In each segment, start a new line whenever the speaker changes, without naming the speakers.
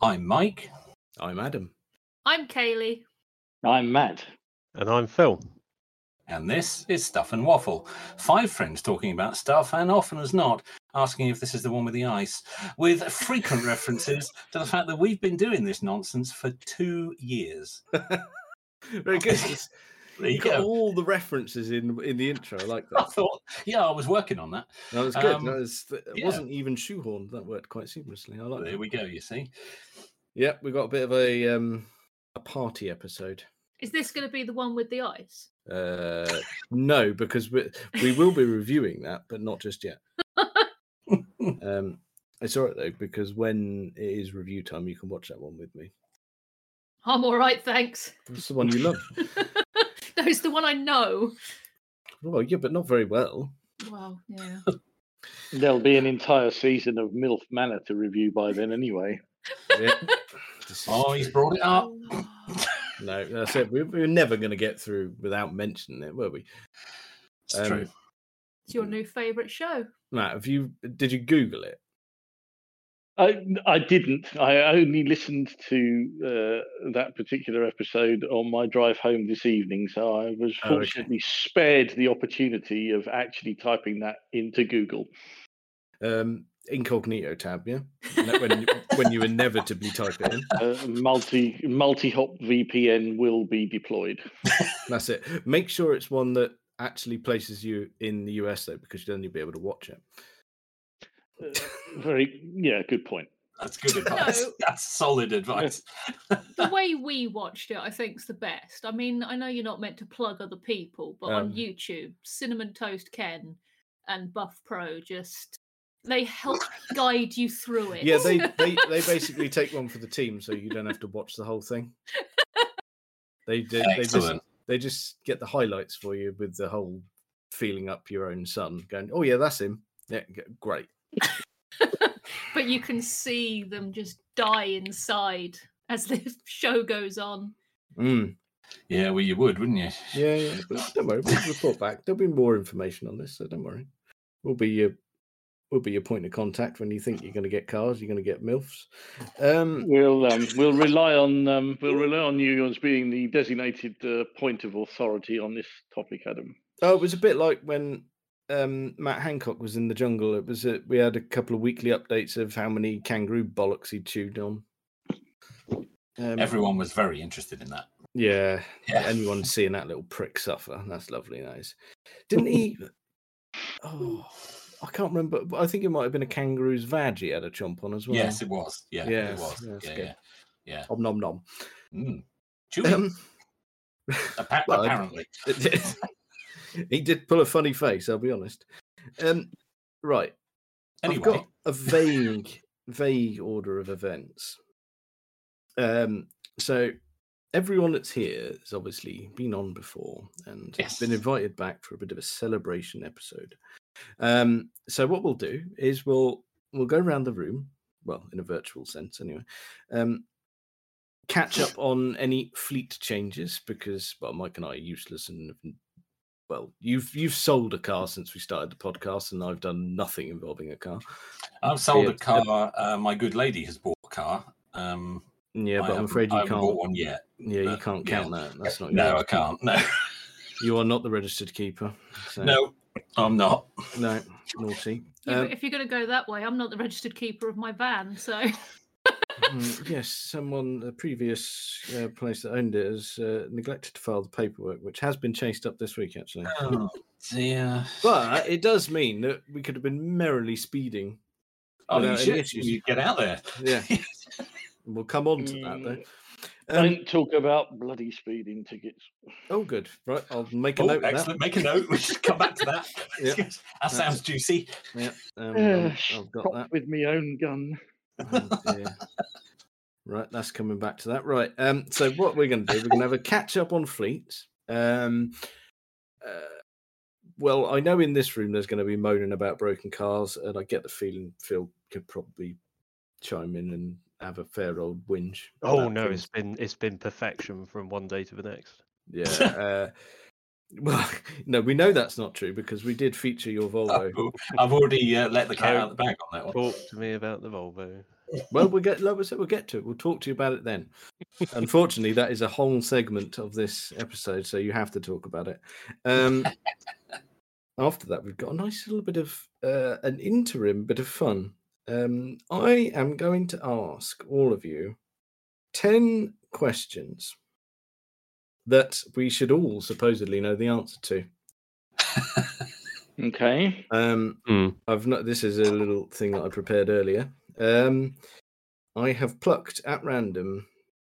I'm Mike.
I'm Adam.
I'm Kaylee.
I'm Matt.
And I'm Phil.
And this is Stuff and Waffle. Five friends talking about stuff, and often as not, asking if this is the one with the ice, with frequent references to the fact that we've been doing this nonsense for two years.
Very good. It's-
There you
you got
go.
all the references in in the intro. I like
I
that.
thought, yeah, I was working on that.
That was good.
Um,
that was, that
yeah.
wasn't even shoehorned. That worked quite seamlessly. I like
There
that.
we go, you see.
Yep, we got a bit of a um a party episode.
Is this going to be the one with the ice?
Uh no, because we we will be reviewing that, but not just yet. um it's all right though, because when it is review time, you can watch that one with me.
I'm all right, thanks.
It's the one you love.
no, it's the one I know.
well, yeah, but not very well.
Well, yeah.
There'll be an entire season of MILF Manor to review by then, anyway.
Yeah. This is
Oh, he's
true.
brought it up.
No, that's it. We, we were never going to get through without mentioning it, were we?
It's
Um,
true.
It's your new favourite show.
Matt, have you? Did you Google it?
I, I didn't. I only listened to uh, that particular episode on my drive home this evening, so I was
Oh, okay.
fortunately spared the opportunity of actually typing that into Google.
Um, incognito tab, yeah. Like when you, when you inevitably type it in,
Uh, multi multi hop VPN will be deployed.
that's it. Make sure it's one that actually places you in the US though, because then you'll be able to watch it.
Uh, very yeah, good point.
That's good advice.
No.
That's solid advice.
The way we watched it, I think's the best. I mean, I know you're not meant to plug other people, but on
Um.
YouTube, Cinnamon Toast Ken and Buff Pro just they help guide you through it.
Yeah, they they they basically take one for the team, so you don't have to watch the whole thing. They do. They just,
Excellent.
they just get the highlights for you with the whole feeling up your own son, going, "Oh yeah, that's him. Yeah, g- great."
but you can see them just die inside as the show goes on.
Mm.
Yeah, well, you would, wouldn't you?
Yeah, yeah, but don't worry. We'll report back. There'll be more information on this, so don't worry. We'll be your we'll be your point of contact when you think you're going to get cars, you're going to get milfs. Um,
We'll um, we'll rely on um, we'll rely on you as being the designated uh, point of authority on this topic, Adam.
oh, it was a bit like when um, Matt Hancock was in the jungle. It was a, we had a couple of weekly updates of how many kangaroo bollocks he chewed on. Um,
Everyone was very interested in that.
yeah,
Yeah.
anyone seeing that little prick suffer. That's lovely, that is. Didn't he? oh, I can't remember. but I think it might have been a kangaroo's vag he had a chomp on as well.
Yes, it was. Yeah,
Yes,
it was.
yes,
yeah,
good.
yeah,
Om nom nom.
yeah. Mm. Chewy,
Um,
appa-
well, I-
apparently.
he did pull a funny face, I'll be honest. Um, right. I've
Anyway,
got a vague, vague order of events. Um, so everyone that's here has obviously been on before and been
Yes.
invited back for a bit of a celebration episode. Um, so what we'll do is we'll we'll go around the room, well, in a virtual sense anyway. Um, catch up on any fleet changes because well, Mike and I are useless and have- well, you've you've sold a car since we started the podcast, and I've done nothing involving a car.
I've sold a
Weird.
car. Uh, my good lady has bought a car. Um,
Yeah,
I
but I'm
haven't-
afraid
I
you
haven't bought
can't. Oh,
one yet.
Yeah, you
but,
can't
yeah.
count that. That's not
no,
yours.
I can't. No,
You are not the registered keeper. so-
no, I'm not.
no, naughty.
Yeah,
Um,
but if you're going to go that way, I'm not the registered keeper of my van, so
Mm, yes, someone, the previous uh, place that owned it, has uh, neglected to file the paperwork, which has been chased up this week, actually.
Oh, dear.
But it does mean that we could have been merrily speeding.
Oh, you
without any
should.
issues.
You get out there.
Yeah. We'll come on to that,
Mm,
though. Um,
Don't talk about bloody speeding tickets.
oh, good. Right. I'll make a
Oh,
note of that.
excellent. Make a note. We should come back to that.
Yep.
That sounds juicy.
Yeah. Um,
Uh,
I'll- I've got
shot
that.
with my own gun.
Oh, dear. right, that's coming back to that. Right. Um, so what we're going to do, we're going to have a catch up on fleets. Um, uh, well, I know in this room there's going to be moaning about broken cars, and I get the feeling Phil could probably chime in and have a fair old whinge.
Oh
about
no,
things.
it's been it's been perfection from one day to the next.
yeah. Uh, well, no, we know that's not true because we
Oh,
Oh,
did feature your Volvo.
I've already uh, let the cat out the bag on that one.
Talk to me about the Volvo.
Well, we'll get like we said, we'll get to it. We'll talk to you about it then. Unfortunately, that is a whole segment of this episode, so you have to talk about it. Um, after that, we've got a nice little bit of uh, an interim bit of fun. Um, I am going to ask all of you ten questions that we should all supposedly know the answer to.
Okay.
Um, I've not. This is a little thing that I prepared earlier. Um, I have plucked at random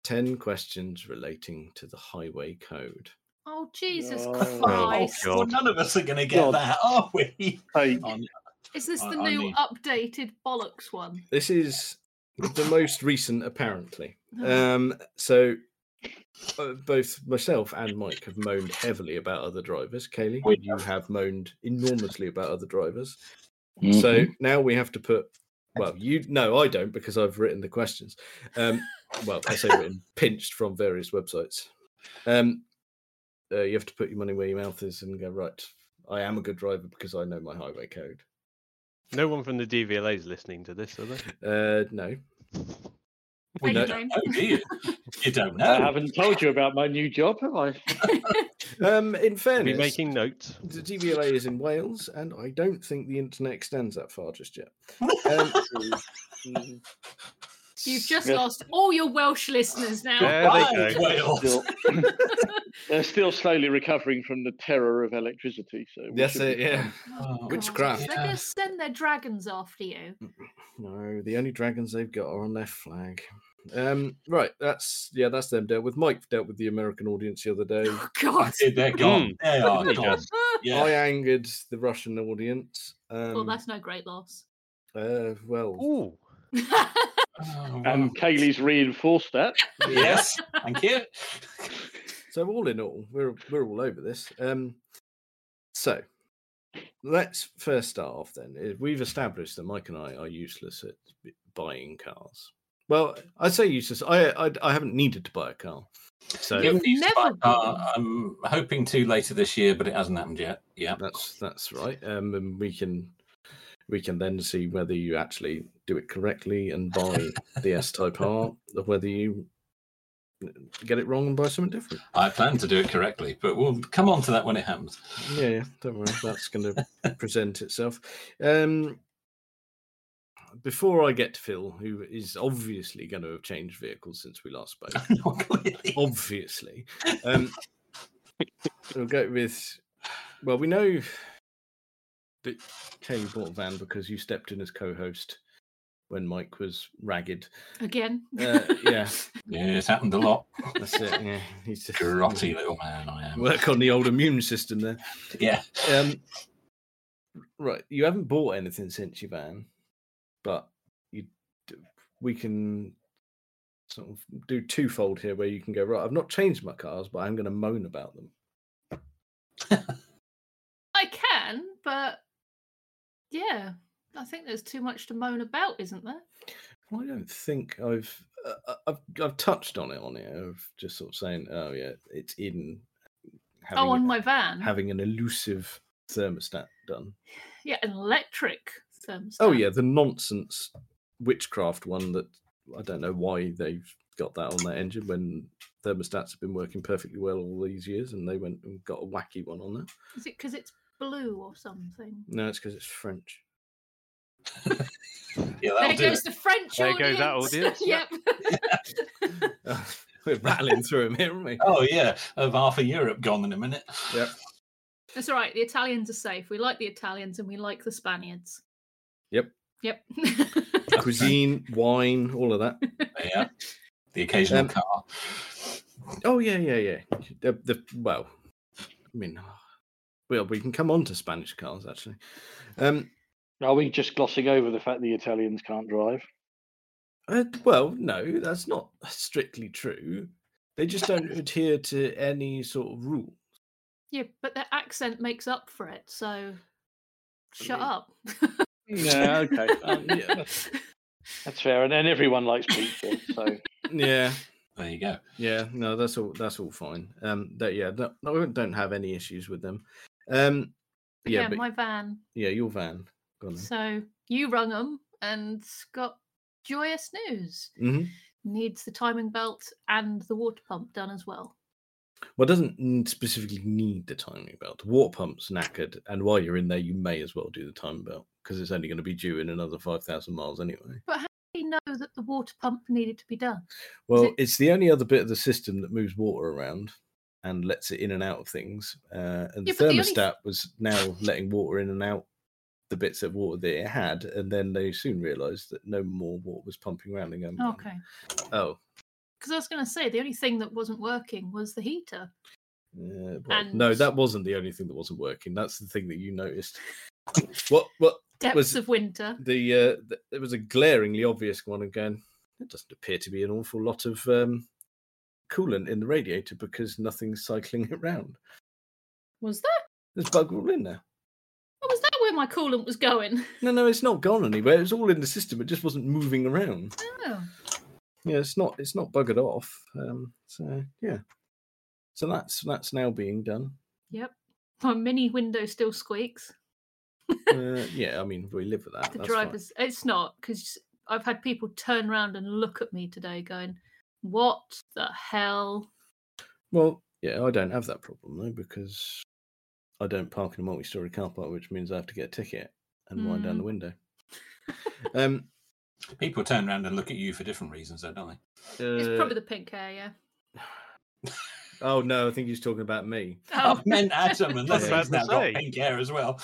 ten questions relating to the highway code.
Oh Jesus
No. Oh,
Christ!
God.
Well, none of us are going to get
God.
that, are we?
Hey,
Oh,
Is this the
I- I
new
mean-
updated bollocks one?
This is the most recent, apparently.
Oh,
Um, so uh, both myself and Mike have moaned heavily about other drivers. Kaylee,
We
you have moaned enormously about other drivers. So
mhm.
now we have to put. Well, you no, I don't because I've written the questions. Um, well, I say written, pinched from various websites. Um, uh, you have to put your money where your mouth is and go right. I am a good driver because I know my highway code.
No one from the DVLA is listening to this, are they?
Uh, no,
Well,
No.
you don't know, do you? You don't
I
know.
haven't told you about my new job, have I?
um, in
Are we
fairness,
making notes?
the DVLA is in Wales, and I don't think the internet extends that far just yet. Um,
Mm,
You've just
Yeah.
lost all your Welsh listeners now.
There
Right,
they go.
Wales.
still- They're still slowly recovering from the terror of electricity. So we
that's
should
it.
be
Yeah.
Oh,
Witchcraft.
They're
Yeah.
going to send their dragons after you.
No, the only dragons they've got are on their flag. Um, right, that's yeah, that's them dealt with. Mike dealt with the American audience the other day.
Oh God!
Dude, they're gone.
Mm.
They are
They
gone.
just-
Yeah.
I angered the Russian audience. Um,
well, that's no great loss.
uh, well,
Ooh.
Oh,
And
wow.
Kaylee's reinforced that.
yes, thank you.
so all in all, we're we're all over this. Um, so let's first start off. Then Uh, we've established that Mike and I are useless at b- buying cars. Well, I say useless. I I, I haven't needed to buy a car. So
You've
Please,
never
but, uh, I'm hoping to later this year, but it hasn't happened yet. Yeah.
That's that's right. Um, and we can we can then see whether you actually do it correctly and buy the S Type R, or whether you get it wrong and buy something different.
I plan to do it correctly, but we'll come on to that when it happens.
Yeah, yeah. Don't worry, that's going to present itself. Um, before I get to Phil, who is obviously going to have changed vehicles since we last spoke,
Not clearly.
obviously. Um, we'll go with. Well, we know that Kay bought a van because you stepped in as co-host when Mike was ragged.
again.
Uh, yeah,
Yeah, it's happened a lot.
that's it. Yeah, he's just
Grotty little man I am.
work on the old immune system there.
Yeah.
Um, right, you haven't bought anything since your van, but you d- we can sort of do twofold here, where you can go right. I've not changed my cars, but I'm going to moan about them.
I can, but yeah, I think there's too much to moan about, isn't there?
Well, I don't think I've uh, uh, I've I've touched on it on it of just sort of saying, oh yeah, it's in having,
oh, on my van.
having an elusive thermostat done.
Yeah, an electric thermostat.
Oh yeah, the nonsense witchcraft one that I don't know why they've got that on their engine when thermostats have been working perfectly well all these years, and they went and got a wacky one on there.
Is it because it's blue or something?
No, it's because it's French.
Yeah,
There
that'll do.
goes the French
There
audience.
goes that audience, yeah.
yep.
We're rattling through them here, aren't we?
Oh yeah, of half of Europe gone in a minute.
Yep.
That's all right. The Italians are safe. We like the Italians and we like the Spaniards.
Yep.
Yep.
Cuisine, wine, all of that.
Yeah. The occasional
Um,
car.
Oh yeah, yeah, yeah. The, the well, I mean, well, we can come on to Spanish cars actually. Um,
Are we just glossing over the fact the Italians can't drive?
uh, well, no, that's not strictly true. They just don't adhere to any sort of rule.
yeah, but their accent makes up for it. So shut
mean-
up.
Yeah, okay. Um, yeah, that's, that's fair. And then everyone likes pizza. So
Yeah,
There you go.
yeah, no, that's all. That's all fine. Um, that yeah, no, no, I don't have any issues with them. Um, yeah,
yeah,
but,
my van.
yeah, your van. Go on then.
So you rung them and got joyous news.
Mhm.
Mm-hmm.
Needs the timing belt and the water pump done as well.
Well, it doesn't n- specifically need the timing belt. Water pump's knackered, and while you're in there, you may as well do the timing belt because it's only going to be due in another five thousand miles anyway.
We know that the water pump needed to be done.
Well,
it-
it's the only other bit of the system that moves water around and lets it in and out of things. Uh, and
Yeah,
the
but the only-
thermostat was now letting water in and out the bits of water that it had, and then they soon realised that no more water was pumping around and
Mm-hmm.
going.
Okay.
Oh,
Because I was going to say the only thing that wasn't working was the heater.
Yeah, well, no,
And-
that wasn't the only thing that wasn't working. That's the thing that you noticed. what? What?
Depths
Was-
of winter.
The uh, th- there was a glaringly obvious one again. It doesn't appear to be an awful lot of um, coolant in the radiator because nothing's cycling it round.
Was that?
There's bug all in there.
oh, Was that where my coolant was going?
No, no, it's not gone anywhere. It was all in the system. It just wasn't moving around.
Oh.
Yeah, it's not. It's not buggered off. Um, so yeah. So that's that's now being done.
Yep. My mini window still squeaks.
Uh, yeah, I mean we live with that.
The
Ah, that's fine.
driver's. It's not because I've had people turn around and look at me today, going, "What the hell?"
Well, yeah, I don't have that problem though because I don't park in a multi-story car park, which means I have to get a ticket and wind down the window. um,
People turn around and look at you for different reasons, though, don't
It's
uh,
probably the pink hair, yeah.
oh no, I think he's talking about me.
they?
Um,
I've meant Adam, and that's
Yeah.
he's now
About to
got
say.
pink hair as well.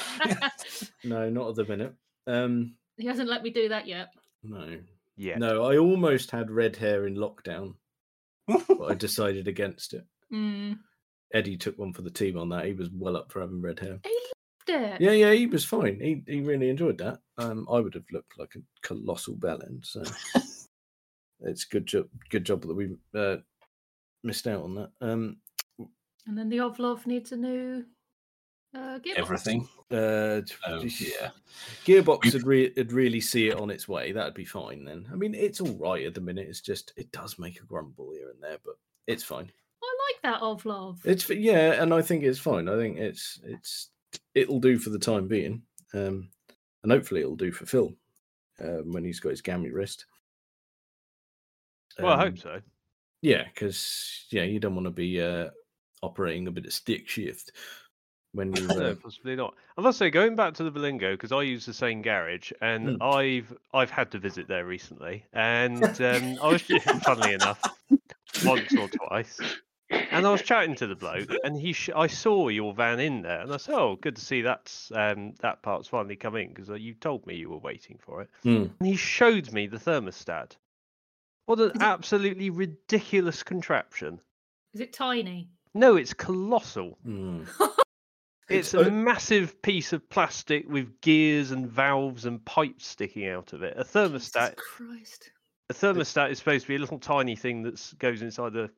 No, not at the minute. Um,
he hasn't let me do that yet.
no,
Yeah.
no, I almost had red hair in lockdown, but I decided against it.
Mm.
Eddie took one for the team on that. He was well up for having red hair.
He
Uh,
loved it.
Yeah, yeah, he was fine. He he really enjoyed that. Um, I would have looked like a colossal bellend. So it's good job. Good job that we uh, missed out on that. Um,
And then the Ovlov needs a new uh, gearbox.
Everything.
uh, t-
Oh,
just-
yeah.
Gearbox
We've-
would, re- would really see it on its way. That'd be fine then. I mean, it's all right at the minute. It's just it does make a grumble here and there, but it's fine.
I like that Ovlov.
It's f- yeah, and I think it's fine. I think it's it's it'll do for the time being, um, and hopefully it'll do for Phil um, when he's got his gammy wrist.
Well, I
Um,
hope so.
Yeah, because yeah, you don't want to be uh, operating a bit of stick shift when you.
No,
Uh,
possibly not. I must say, going back to the Belingo, because I use the same garage,
Hmm.
and I've I've had to visit there recently, and um, I was funnily enough once or twice, and I was chatting to the bloke, and he sh- I saw your van in there, and I said, "Oh, good to see that's um, that part's finally come in because uh, you told me you were waiting for it."
Hmm.
And he showed me the thermostat. What an absolutely ridiculous contraption!
Is it tiny?
No, it's colossal.
mm. It's
It's a
o-
massive piece of plastic with gears and valves and pipes sticking out of it. A
Jesus
thermostat,
Christ.
a thermostat is supposed to be a little tiny thing that goes inside the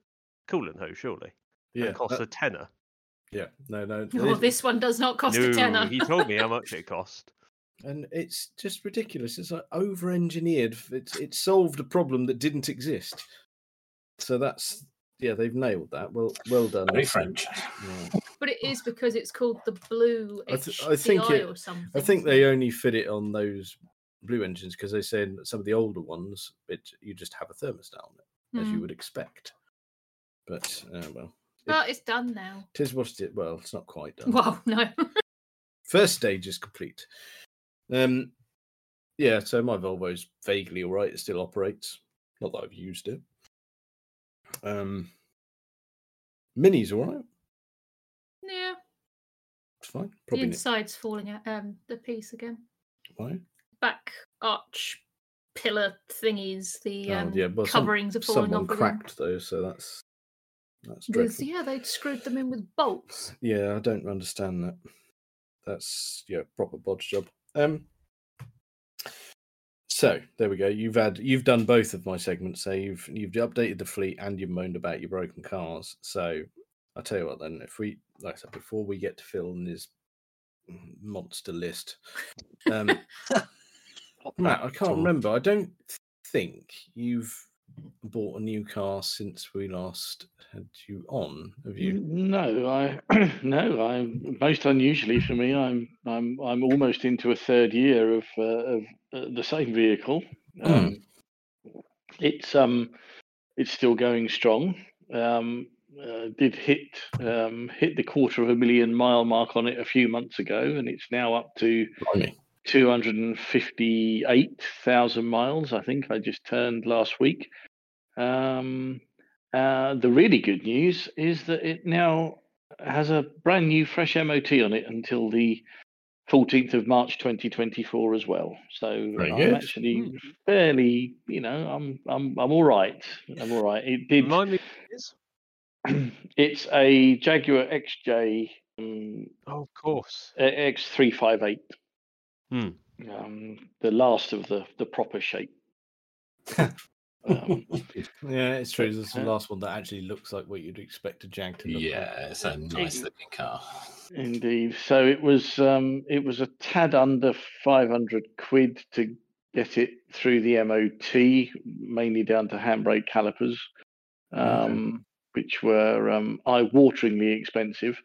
coolant hose, surely.
Yeah,
it costs
that-
a tenner.
yeah, no, no.
Well,
it-
this one does not cost
no,
a tenner.
he told me how much it cost.
and it's just ridiculous. It's like over-engineered. f- It's it solved a problem that didn't exist. So that's yeah, they've nailed that. Well, well done.
Very
Aston.
French.
Yeah.
but it is because it's called the blue
I
I
th- I think it-
or something.
I think
isn't
they
it?
only fit it on those blue engines because they say in some of the older ones, it you just have a thermostat on it, as you
Mm.
would expect. But uh, well,
Well, it's done now.
tis what it. Well, it's not quite done.
Well, no.
First stage is complete. Um, yeah. So my Volvo's vaguely all right. It still operates. Not that I've used it. Um, Mini's all right.
yeah,
It's fine.
the
Probably ne-
inside's falling out. Um, the piece again.
why?
Back arch pillar thingies. The
Oh,
um,
yeah, well, some-
coverings are falling
Someone
off. of them.
cracked though, so that's that's
There's-
dreadful.
yeah, they screwed them in with bolts.
Yeah, I don't understand that. That's yeah, proper bodge job. Um so there we go. You've had you've done both of my segments. So you've you've updated the fleet and you've moaned about your broken cars. So I tell you what then, if we like I said before we get to Phil and his monster list. Um Matt, I can't remember. I don't think you've bought a new car since we last had you on, have
Mm-hmm.
you?
No, I no, I'm most unusually for me. I'm I'm I'm almost into a third year of uh, of uh, the same vehicle.
Mm.
Um, it's um it's still going strong. Um, uh, did hit um, hit the quarter of a million mile mark on it a few months ago, and it's now up to
Blimey.
258,000 miles, I think I just turned last week. Um, uh, the really good news is that it now has a brand new fresh MOT on it until the 14th of March 2024 as well. So
Very
I'm
good.
actually fairly, you know, I'm I'm I'm all right. I'm all right. It did
Remind me. what it is?
it's a Jaguar XJ um,
Oh, of course.
X three five eight.
Hmm.
Um, the last of the the proper shape. um,
Yeah, it's true. This is the
Uh,
last one that actually looks like what you'd expect a Jag to look like.
Yeah, it's a nice looking car.
indeed. So it was um, it was a tad under five hundred quid to get it through the MOT, mainly down to handbrake calipers, um, which were um, eye-wateringly expensive.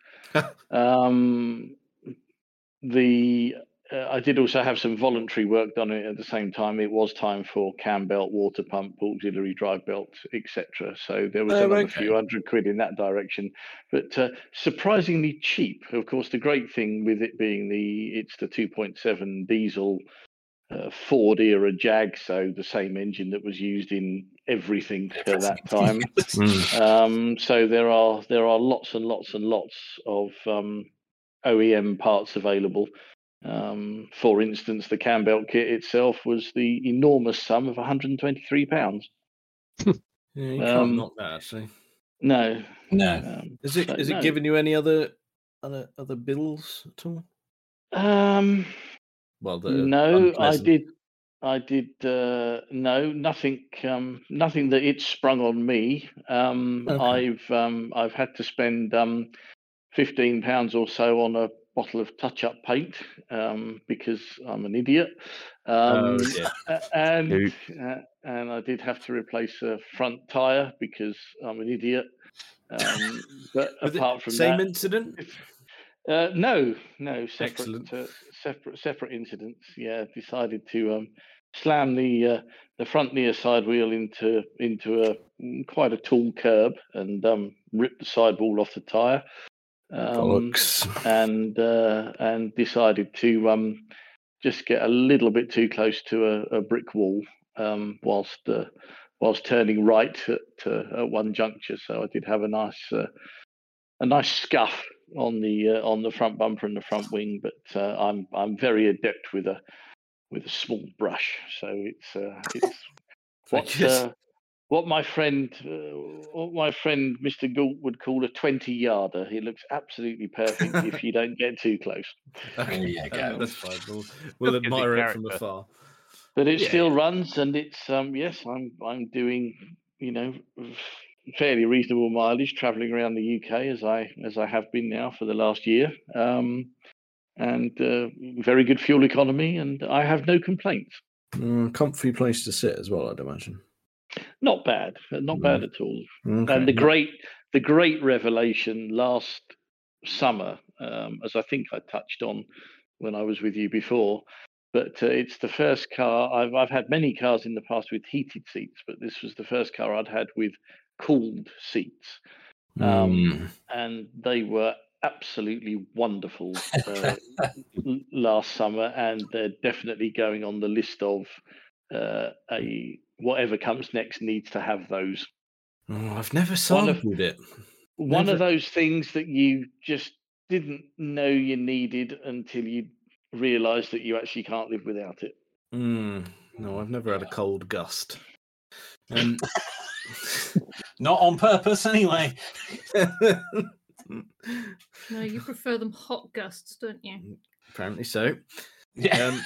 um, the uh, I did also have some voluntary work done on it at the same time. It was time for cam belt, water pump, auxiliary drive belt, etc. So there was
Oh,
another
okay.
few hundred quid in that direction, but uh, surprisingly cheap. Of course, the great thing with it being the it's the 2.7 diesel uh, Ford era Jag, so the same engine that was used in everything at that time. Um, so there are there are lots and lots and lots of um, OEM parts available. Um, for instance, the cam belt kit itself was the enormous sum of 123 pounds.
Yeah, you can't
Um,
knock that actually.
No,
no.
um,
Is it?
so
Is it
no.
giving you any other other other bills at all?
Um,
Well, that are
no, I
unpleasant.
did. I did uh, no nothing. Um, nothing that it sprung on me. Um,
Okay.
I've um, I've had to spend um, fifteen pounds or so on a bottle of touch-up paint um, because I'm an idiot.
oh,
Um,
dear.
a- and
Oop.
uh, and I did have to replace a front tire because I'm an idiot. Um, but
Was it
apart from
same
that,
incident.
uh, no, no, separate,
Excellent.
uh, separate, separate incidents. Yeah, decided to um, slam the uh, the front near side wheel into into a mm, quite a tall curb and um, ripped the sidewall off the tire. Um,
Bollocks.
and uh, and decided to um, just get a little bit too close to a, a brick wall um, whilst uh, whilst turning right at, uh, at one juncture. So I did have a nice uh, a nice scuff on the uh, on the front bumper and the front wing, but uh, I'm I'm very adept with a with a small brush, so it's uh, it's
Very
what
good.
uh, what my friend uh, what my friend Mr. Galt would call a twenty yarder. It looks absolutely perfect if you don't get too close.
There you
Uh,
go.
that's fine. We'll, we'll
Look at the
admire it from
character.
afar.
But it
Yeah.
still runs, and it's um yes, I'm I'm doing you know fairly reasonable mileage traveling around the UK as I as I have been now for the last year. Um, and uh, very good fuel economy, and I have no complaints.
Mm, comfy place to sit as well, I'd imagine.
Not bad, not
Mm.
bad at all.
Okay.
And the great, the great revelation last summer, um, as I think I touched on when I was with you before, but uh, it's the first car I've I've had many cars in the past with heated seats, but this was the first car I'd had with cooled seats, um, and they were absolutely wonderful uh, l- last summer, and they're definitely going on the list of uh, a whatever comes next needs to have those
Oh, I've never
one of-
sampled it.
one
Never.
of those things that you just didn't know you needed until you realized that you actually can't live without it.
Mm, no, I've never had a cold gust. Um,
Not on purpose, anyway.
No, you prefer them hot gusts, don't you?
Mm. apparently so.
Yeah.
Um,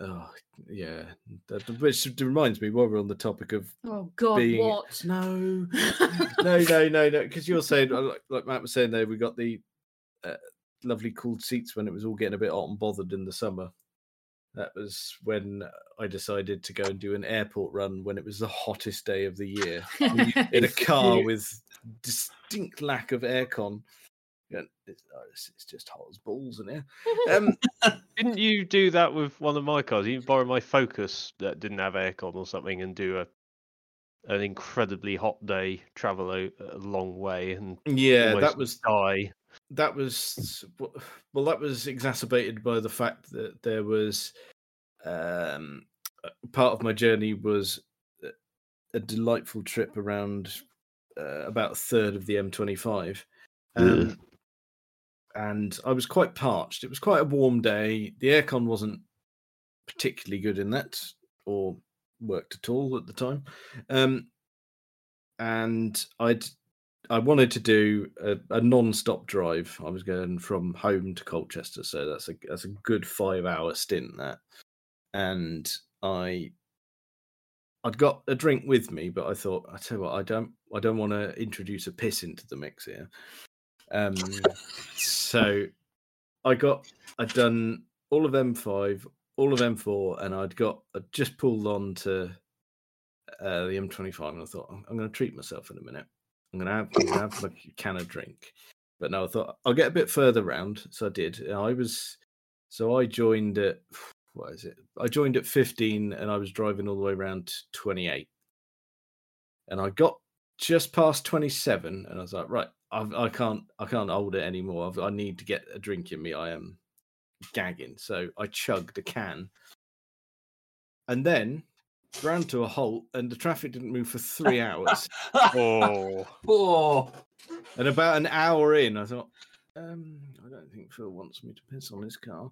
oh, yeah. That, which reminds me, while we're on the topic of
Oh God,
being
what?
no, no, no, no, no. Because you're saying, uh, like, like Matt was saying, there we got the uh, lovely cooled seats when it was all getting a bit hot and bothered in the summer. That was when I decided to go and do an airport run when it was the hottest day of the year in a car with distinct lack of aircon. Yeah, It's, oh, it's, it's just hot as balls in here. Um,
Didn't you do that with one of my cars? You borrow my Focus that didn't have aircon or something and do a an incredibly hot day, travel a, a long way, and
yeah,
almost
that was
die.
that was well that was exacerbated by the fact that there was um uh, part of my journey was a- a delightful trip around uh, about a third of the m25 um, and i was quite parched it was quite a warm day the aircon wasn't particularly good in that or worked at all at the time um and i'd I wanted to do a, a non-stop drive. I was going from home to Colchester, so that's a that's a good five-hour stint. That, and I, I'd got a drink with me, but I thought I tell you what, I don't I don't want to introduce a piss into the mix here. Um, so I got I'd done all of M5, all of M4, and I'd got I would just pulled on to uh, the M25, and I thought I'm, I'm going to treat myself in a minute. I'm gonna have, I'm gonna have like a can of drink. But no, I thought I'll get a bit further round, so I did. And I was, so I joined at what is it? I joined at 15, and I was driving all the way around to 28, and I got just past 27, and I was like, right, I've, I can't, I can't hold it anymore. I've, I need to get a drink in me. I am gagging, so I chugged a can, and then ran to a halt, and the traffic didn't move for three hours.
Oh,
Oh,
And about an hour in, I thought, um, I don't think Phil wants me to piss on his car.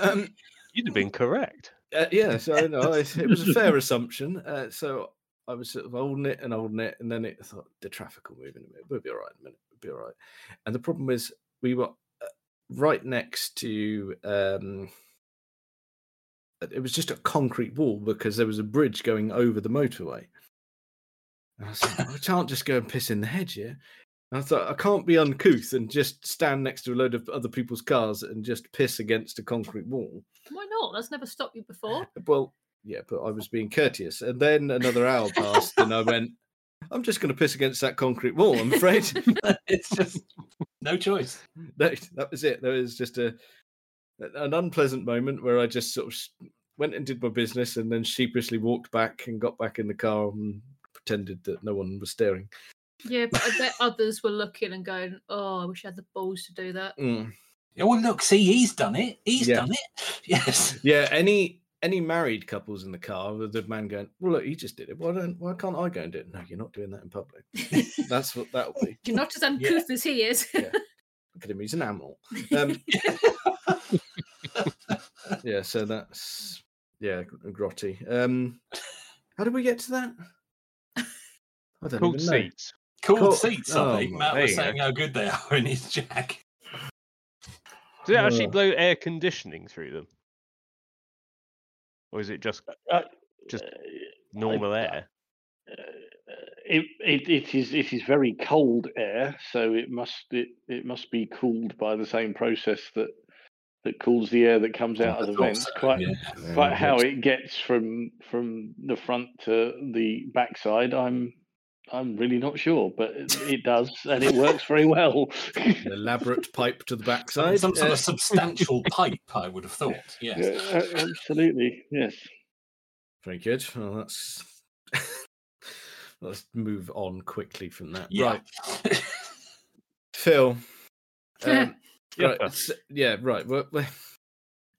um,
you'd have been correct.
uh, yeah, so no, it, it was a fair assumption. Uh, so I was sort of holding it and holding it, and then it I thought the traffic will move in a minute. We'll be all right in a minute. We'll be all right. And the problem is, we were uh, right next to. Um, uh, it was just a concrete wall because there was a bridge going over the motorway. And I was like, I can't just go and piss in the hedge here. And I thought, I can't be uncouth and just stand next to a load of other people's cars and just piss against a concrete wall.
Why not? That's never stopped you before.
Well, yeah, but I was being courteous. And then another hour passed, and I went, I'm just going to piss against that concrete wall, I'm afraid.
it's just no choice.
that, that was it. There was just a an unpleasant moment where I just sort of s- went and did my business and then sheepishly walked back and got back in the car and pretended that no one was staring.
Yeah, but I bet others were looking and going, "Oh, I wish I had the balls to do that."
Mm.
Oh, look, see, he's done it. He's
Yeah.
done it. Yes.
Yeah, any any married couples in the car with the man going, Well look, he just did it. Why don't why can't I go and do it? No, you're not doing that in public. That's what that'll be.
You're not as uncouth as he is.
Yeah. Look at him, he's an animal. Um, yeah, so that's yeah, gr- grotty. Um, how did we get to that? I don't
Cool
even know.
seats.
Cool,
Cool.
seats,
Oh,
I think.
my-
Matt
there
was
you go.
saying how good they are in his jack.
Does it actually
Ugh.
blow air conditioning through them, or is it just
Uh,
Just-
uh,
normal
I-
air?
Uh, it, it it is it is very cold air, so it must it, it must be cooled by the same process that that cools the air that comes out of the
I thought
vents.
so,
Quite
yeah.
Yeah,
quite how
that's-
it gets from from the front to the backside. I'm I'm really not sure, but it, it does, and it works very well.
an elaborate pipe to the
Some,
backside.
some sort
uh,
of substantial pipe, I would have thought. Yes.
Yeah, a- absolutely, yes.
Very good. Well, that's let's move on quickly from that.
Yeah.
Right, Phil. Um,
Yeah.
right, s- yeah, right. Well, well,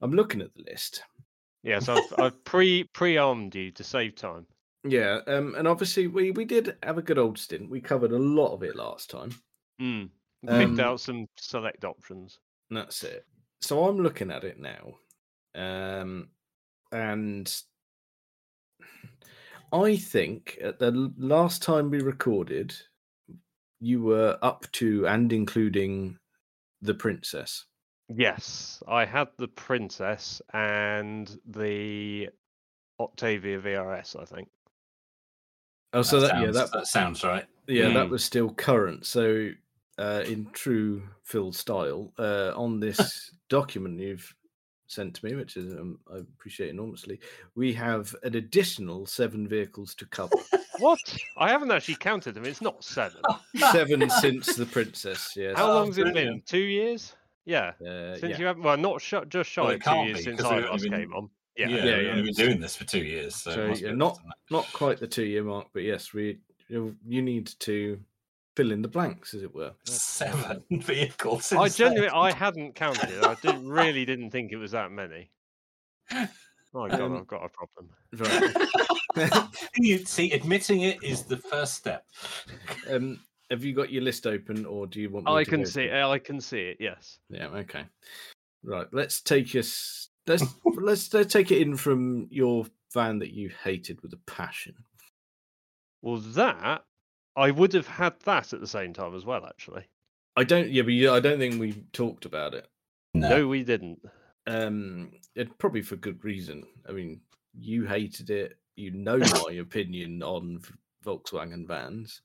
I'm looking at the list.
Yes, I've, I've pre pre armed you to save time.
Yeah, um, and obviously we we did have a good old stint. We covered a lot of it last time.
Mm.
Um,
Picked out some select options.
and That's it. So I'm looking at it now, um, and I think at the l- last time we recorded, you were up to and including the princess.
Yes, I had the Princess and the Octavia VRS, I think.
Oh, so that,
sounds,
yeah, that
that sounds right.
yeah, that
Mm.
was still current. So, uh, in true Phil style, uh, on this document you've sent to me, which is um, I appreciate enormously. We have an additional seven vehicles to cover.
What? I haven't actually counted them. It's not seven.
seven since the princess. Yes.
How
Oh,
long's it been?
brilliant.
Two years? Yeah.
Uh,
Since
yeah.
you haven't, well, not sh- just shy
Well, it
of two
can't
years
be,
since
'cause we
I
haven't
last
even-
came on.
yeah, yeah,
Yeah.
yeah,
we've
yeah.
only been doing this for two years, so, it
So,
must be
yeah,
a bit
not-
something.
Not quite the two-year mark, but yes, we you you need to fill in the blanks, as it were.
seven vehicles.
I
instead.
genuinely, I hadn't counted. I didn't really didn't think it was that many. My God,
Um,
I've got a problem.
Right.
you see, admitting it is the first step.
um, have you got your list open, or do you want? me
I
to
can
go
see.
through?
it, I can see it. Yes.
Yeah. Okay. Right. Let's take us. Let's let's let's take it in from your van that you hated with a passion.
Well, that I would have had that at the same time as well. Actually,
I don't. Yeah, but you, I don't think we talked about it.
No.
no, we didn't.
Um, it probably for good reason. I mean, you hated it. You know my opinion on v- Volkswagen vans.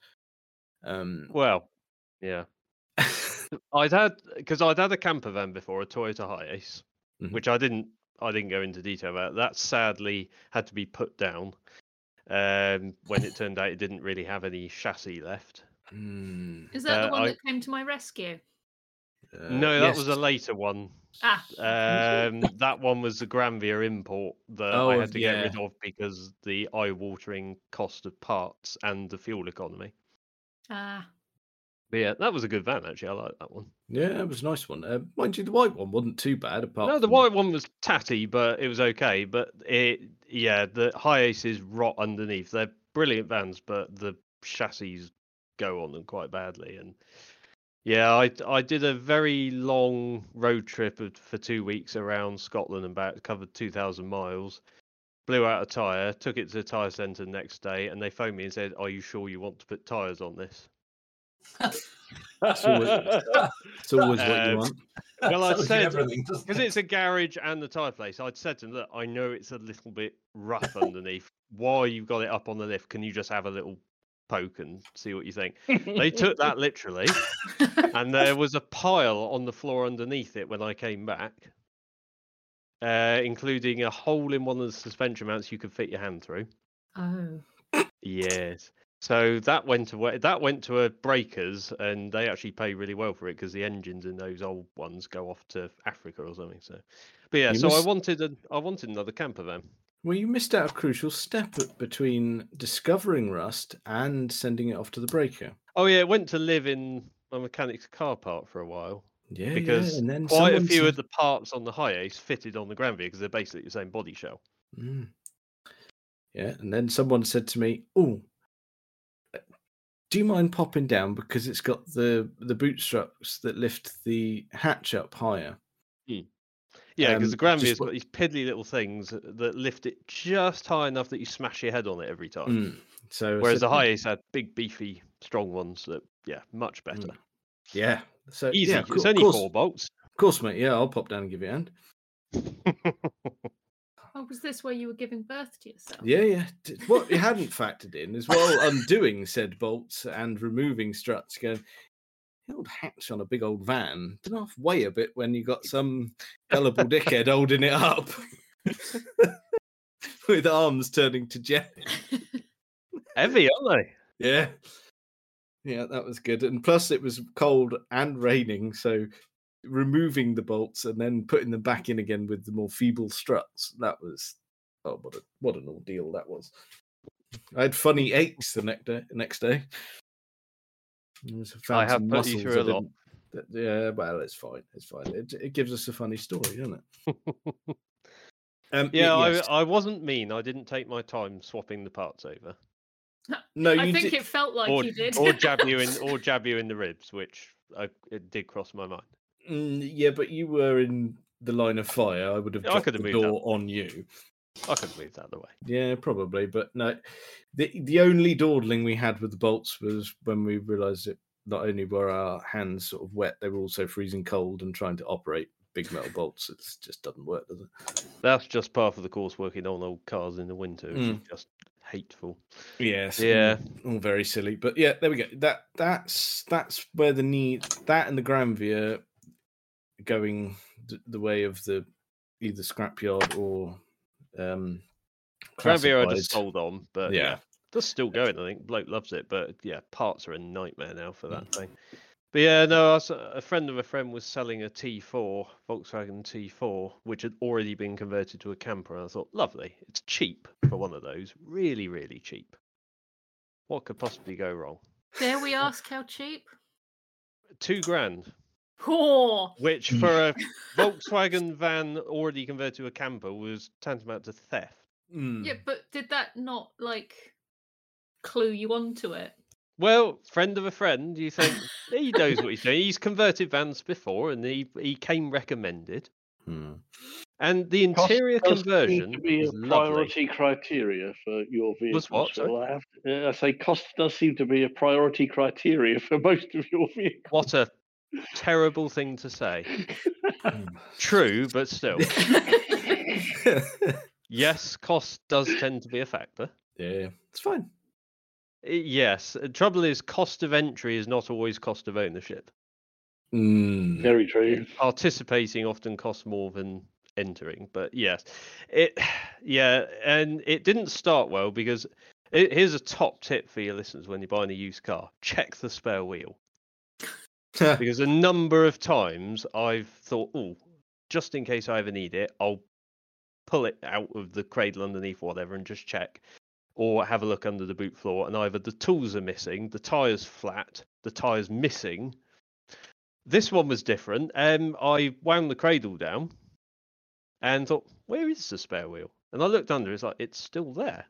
Um,
Well, yeah. I'd had because I'd had a camper van before, a Toyota Hiace,
Mhm.
which I didn't I didn't go into detail about. That sadly had to be put down um, when it turned out it didn't really have any chassis left.
hmm,
Is that
Uh,
the one
I-
that came to my rescue?
uh,
no, that was a
yes,
later one.
Ah,
Um, that one was the Granvia import that I
Oh,
had to
yeah.
get rid of because the eye-watering cost of parts and the fuel economy.
ah,
But yeah, that was a good van actually. I like that one.
Yeah, it was a nice one. Uh, mind you, the white one wasn't too bad. Apart
No, the
from-
white one was tatty, but it was okay. But it, yeah, the high aces rot underneath. They're brilliant vans, but the chassis go on them quite badly. And yeah, I I did a very long road trip of- for two weeks around Scotland and back, covered two thousand miles. Blew out a tire, took it to the tire centre the next day, and they phoned me and said, "Are you sure you want to put tires on this?"
always- It's always what you
Um,
want.
Well, I
Tells you
said-
everything, doesn't
Because
it?
it's a garage and the tyre place, I'd said to them, look, I know it's a little bit rough underneath. Why you've got it up on the lift? Can you just have a little poke and see what you think? They took that literally, and there was a pile on the floor underneath it when I came back, uh, including a hole in one of the suspension mounts you could fit your hand through.
oh.
Yes. So that went away. That went to a breakers, and they actually pay really well for it because the engines in those old ones go off to Africa or something. So, but yeah.
You
so I
must-
wanted an, I wanted another camper van.
Well, you missed out a crucial step b- between discovering Rust and sending it off to the breaker.
Oh yeah, it went to live in my mechanic's car park for a while
Yeah,
because
yeah. And then
quite a
someone
few
said-
of the parts on the high ace fitted on the Granvia because they're basically the same body shell.
Mm. Yeah, and then someone said to me, "Oh, uh, do you mind popping down because it's got the the bootstraps that lift the hatch up higher?"
Yeah, because
Um,
the Granvia's
just what-
got these piddly little things that lift it just high enough that you smash your head on it every time.
Mm. So I
Whereas
said,
Oh. the
"Mm,
high ace had big, beefy, strong ones that, yeah, much better.
yeah, so
Easy.
yeah, of
it's
cou-
only
course,
four bolts.
of course, mate. Yeah, I'll pop down and give you a hand.
Oh, was this where you were giving birth to yourself?
Yeah, yeah. D- What you hadn't factored in is while undoing said bolts and removing struts, going. "The Old hatch on a big old van. Didn't half weigh a bit when you got some gullible dickhead holding it up with arms turning to jet.
Heavy, aren't they?
Yeah. Yeah, that was good. And plus, it was cold and raining. So, removing the bolts and then putting them back in again with the more feeble struts. That was, oh, what, a, what an ordeal that was. I had funny aches the next day. Next day. It was- found
I have
some
put you
muscles
through
I
a lot.
didn't- that- yeah, well, it's fine. It's fine. It, it gives us a funny story, doesn't it? Um, y-
Yeah,
yes.
I, I wasn't mean. I didn't take my time swapping the parts over,
no, you
I think
did.
it felt like
or,
you did.
or jab you in, or jab you in the ribs, which I, it did cross my mind.
Mm, yeah, but you were in the line of fire. I would have
Yeah, I
dropped
could
the
have moved up.
door on you.
I could move that the way.
Yeah, probably, but no. The the only dawdling we had with the bolts was when we realised that not only were our hands sort of wet, they were also freezing cold and trying to operate big metal bolts. It just doesn't work, does it?
That's just part of the course working on old cars in the winter. It's
Mm.
just hateful.
Yes.
Yeah.
All very silly, but yeah, there we go. That that's that's where the need that and the Granvia going th- the way of the either scrapyard or um
Cranberry I
classified.
just sold on, but yeah.
yeah.
That's still going, I think. Bloke loves it, but yeah, parts are a nightmare now for that thing. But yeah, no, I was, a friend of a friend was selling a T4, Volkswagen T4, which had already been converted to a camper. And I thought, lovely, it's cheap for one of those. Really, really cheap. What could possibly go wrong?
Dare we ask how cheap?
Two grand,
Hmm.
Poor.
which for a Volkswagen van already converted to a camper was tantamount to theft.
Mm.
Yeah, but did that not like clue you onto it?
Well, friend of a friend, you think he knows what he's doing. He's converted vans before, and he he came recommended.
Hmm.
And the
Cost
interior
does seem
conversion
to be a
was lovely.
priority criteria for your vehicle.
Was what, sorry?
I, have to, uh, I say cost does seem to be a priority criteria for most of your vehicles.
What a terrible thing to say. True, but still, yes, cost does tend to be a factor.
yeah, it's fine.
I- Yes, uh, trouble is cost of entry is not always cost of ownership.
Mm.
Very true.
participating often costs more than entering but yes it yeah and it didn't start well because it, here's a top tip for your listeners when you're buying a used car check the spare wheel because a number of times i've thought oh just in case i ever need it i'll pull it out of the cradle underneath whatever and just check or have a look under the boot floor and either the tools are missing the tire's flat the tire's missing this one was different. Um, I wound the cradle down and thought, where is the spare wheel? And I looked under, it's like, it's still there.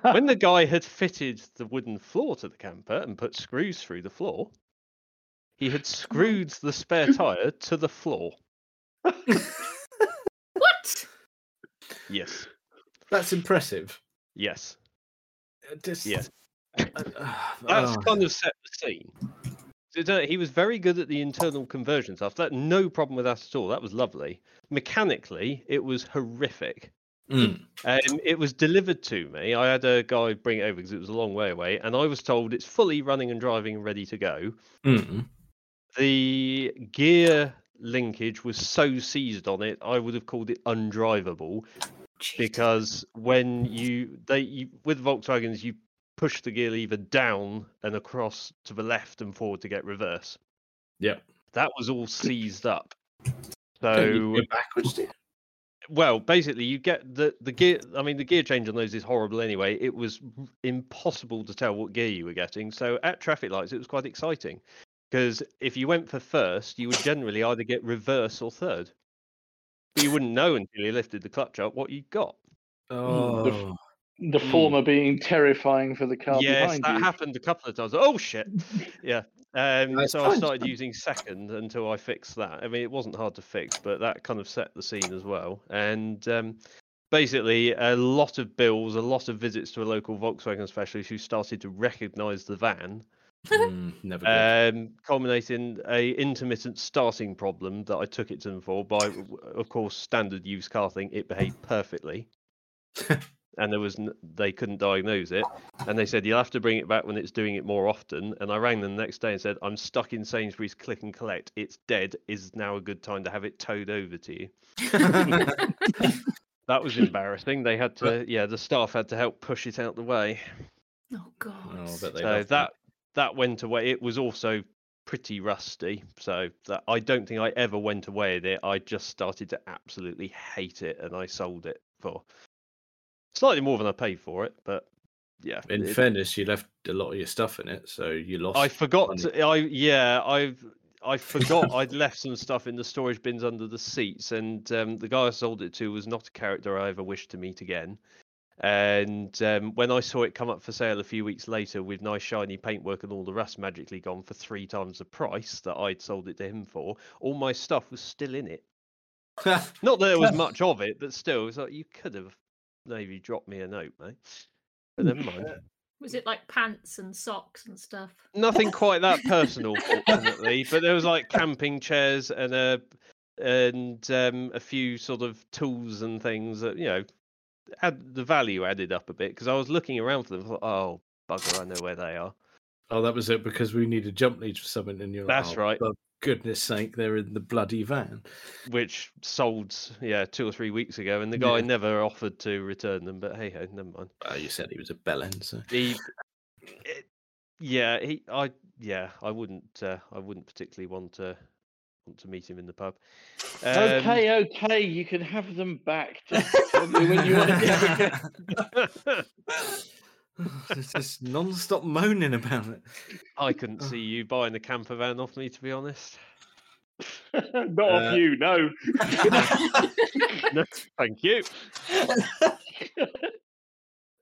when the guy had fitted the wooden floor to the camper and put screws through the floor, he had screwed the spare tyre to the floor.
What?
Yes.
That's impressive.
Yes.
Uh, Just,
Yeah.
Uh,
That's
ah,
kind of set the scene. So don't- He was very good at the internal conversion stuff. That no problem with that at all. That was lovely. Mechanically, it was horrific.
mm.
Um, it was delivered to me. I had a guy bring it over because it was a long way away, and I was told it's fully running and driving and ready to go.
Mm.
The gear linkage was so seized on it, I would have called it undrivable because when you they you, with Volkswagens you push the gear lever down and across to the left and forward to get reverse.
Yep.
That was all seized up.
Don't need to
So
go backwards, do you?
well, basically, you get the the gear. I mean, the gear change on those is horrible anyway. It was r- impossible to tell what gear you were getting. So at traffic lights, it was quite exciting because if you went for first, you would generally either get reverse or third. But you wouldn't know until you lifted the clutch up what you got.
Oh,
The
Mm.
former being terrifying for the car
yes,
behind
that
you.
happened a couple of times. Oh shit! Yeah. Um,
That's
so
fine,
I
it's
started
fine.
using second until I fixed that. I mean, it wasn't hard to fix, but that kind of set the scene as well. And um, basically, a lot of bills, a lot of visits to a local Volkswagen specialist who started to recognise the van,
Mm, never. good.
um, culminating a intermittent starting problem that I took it to them for. By w- of course, standard used car thing, it behaved perfectly, and there was n- they couldn't diagnose it, and they said you'll have to bring it back when it's doing it more often. And I rang them the next day and said I'm stuck in Sainsbury's click and collect. It's dead. Is now a good time to have it towed over to you? That was embarrassing. They had to, yeah, the staff had to help push it out the way.
Oh god.
Oh, I bet they
So
loved it.
that that went away. It was also pretty rusty. So that I don't think I ever went away with it. I just started to absolutely hate it, and I sold it for slightly more than I paid for it. But yeah,
In
it-
fairness, you left a lot of your stuff in it, so you lost.
I forgot.
money.
To, I yeah, I've. I forgot I'd left some stuff in the storage bins under the seats, and um, the guy I sold it to was not a character I ever wished to meet again. And um, when I saw it come up for sale a few weeks later with nice shiny paintwork and all the rest magically gone for three times the price that I'd sold it to him for, all my stuff was still in it. Not that there was much of it, but still, it's like you could have maybe dropped me a note, mate. But never mind.
Was it like pants and socks and stuff?
nothing quite that personal, fortunately. but there was like camping chairs and a and um, a few sort of tools and things that you know had the value added up a bit because I was looking around for them. Thought, oh bugger, I know where they are.
oh, that was it because we needed jump leads for something, and you're. like,
That's
"Oh,
right.
bug- goodness sake, they're in the bloody van.
which sold, yeah, two or three weeks ago, and the
Yeah.
guy never offered to return them. But hey ho, never mind.
Well, you said he was a bellend, so
He, it, yeah, he, I, yeah, I wouldn't, uh, I wouldn't particularly want to want to meet him in the pub.
okay, okay, you can have them back. Just tell me when you want to get them.
Um,
There's just non-stop moaning about it.
I couldn't see you buying the camper van off me, to be honest.
Not off
Uh,
you, no.
um,
No, thank you.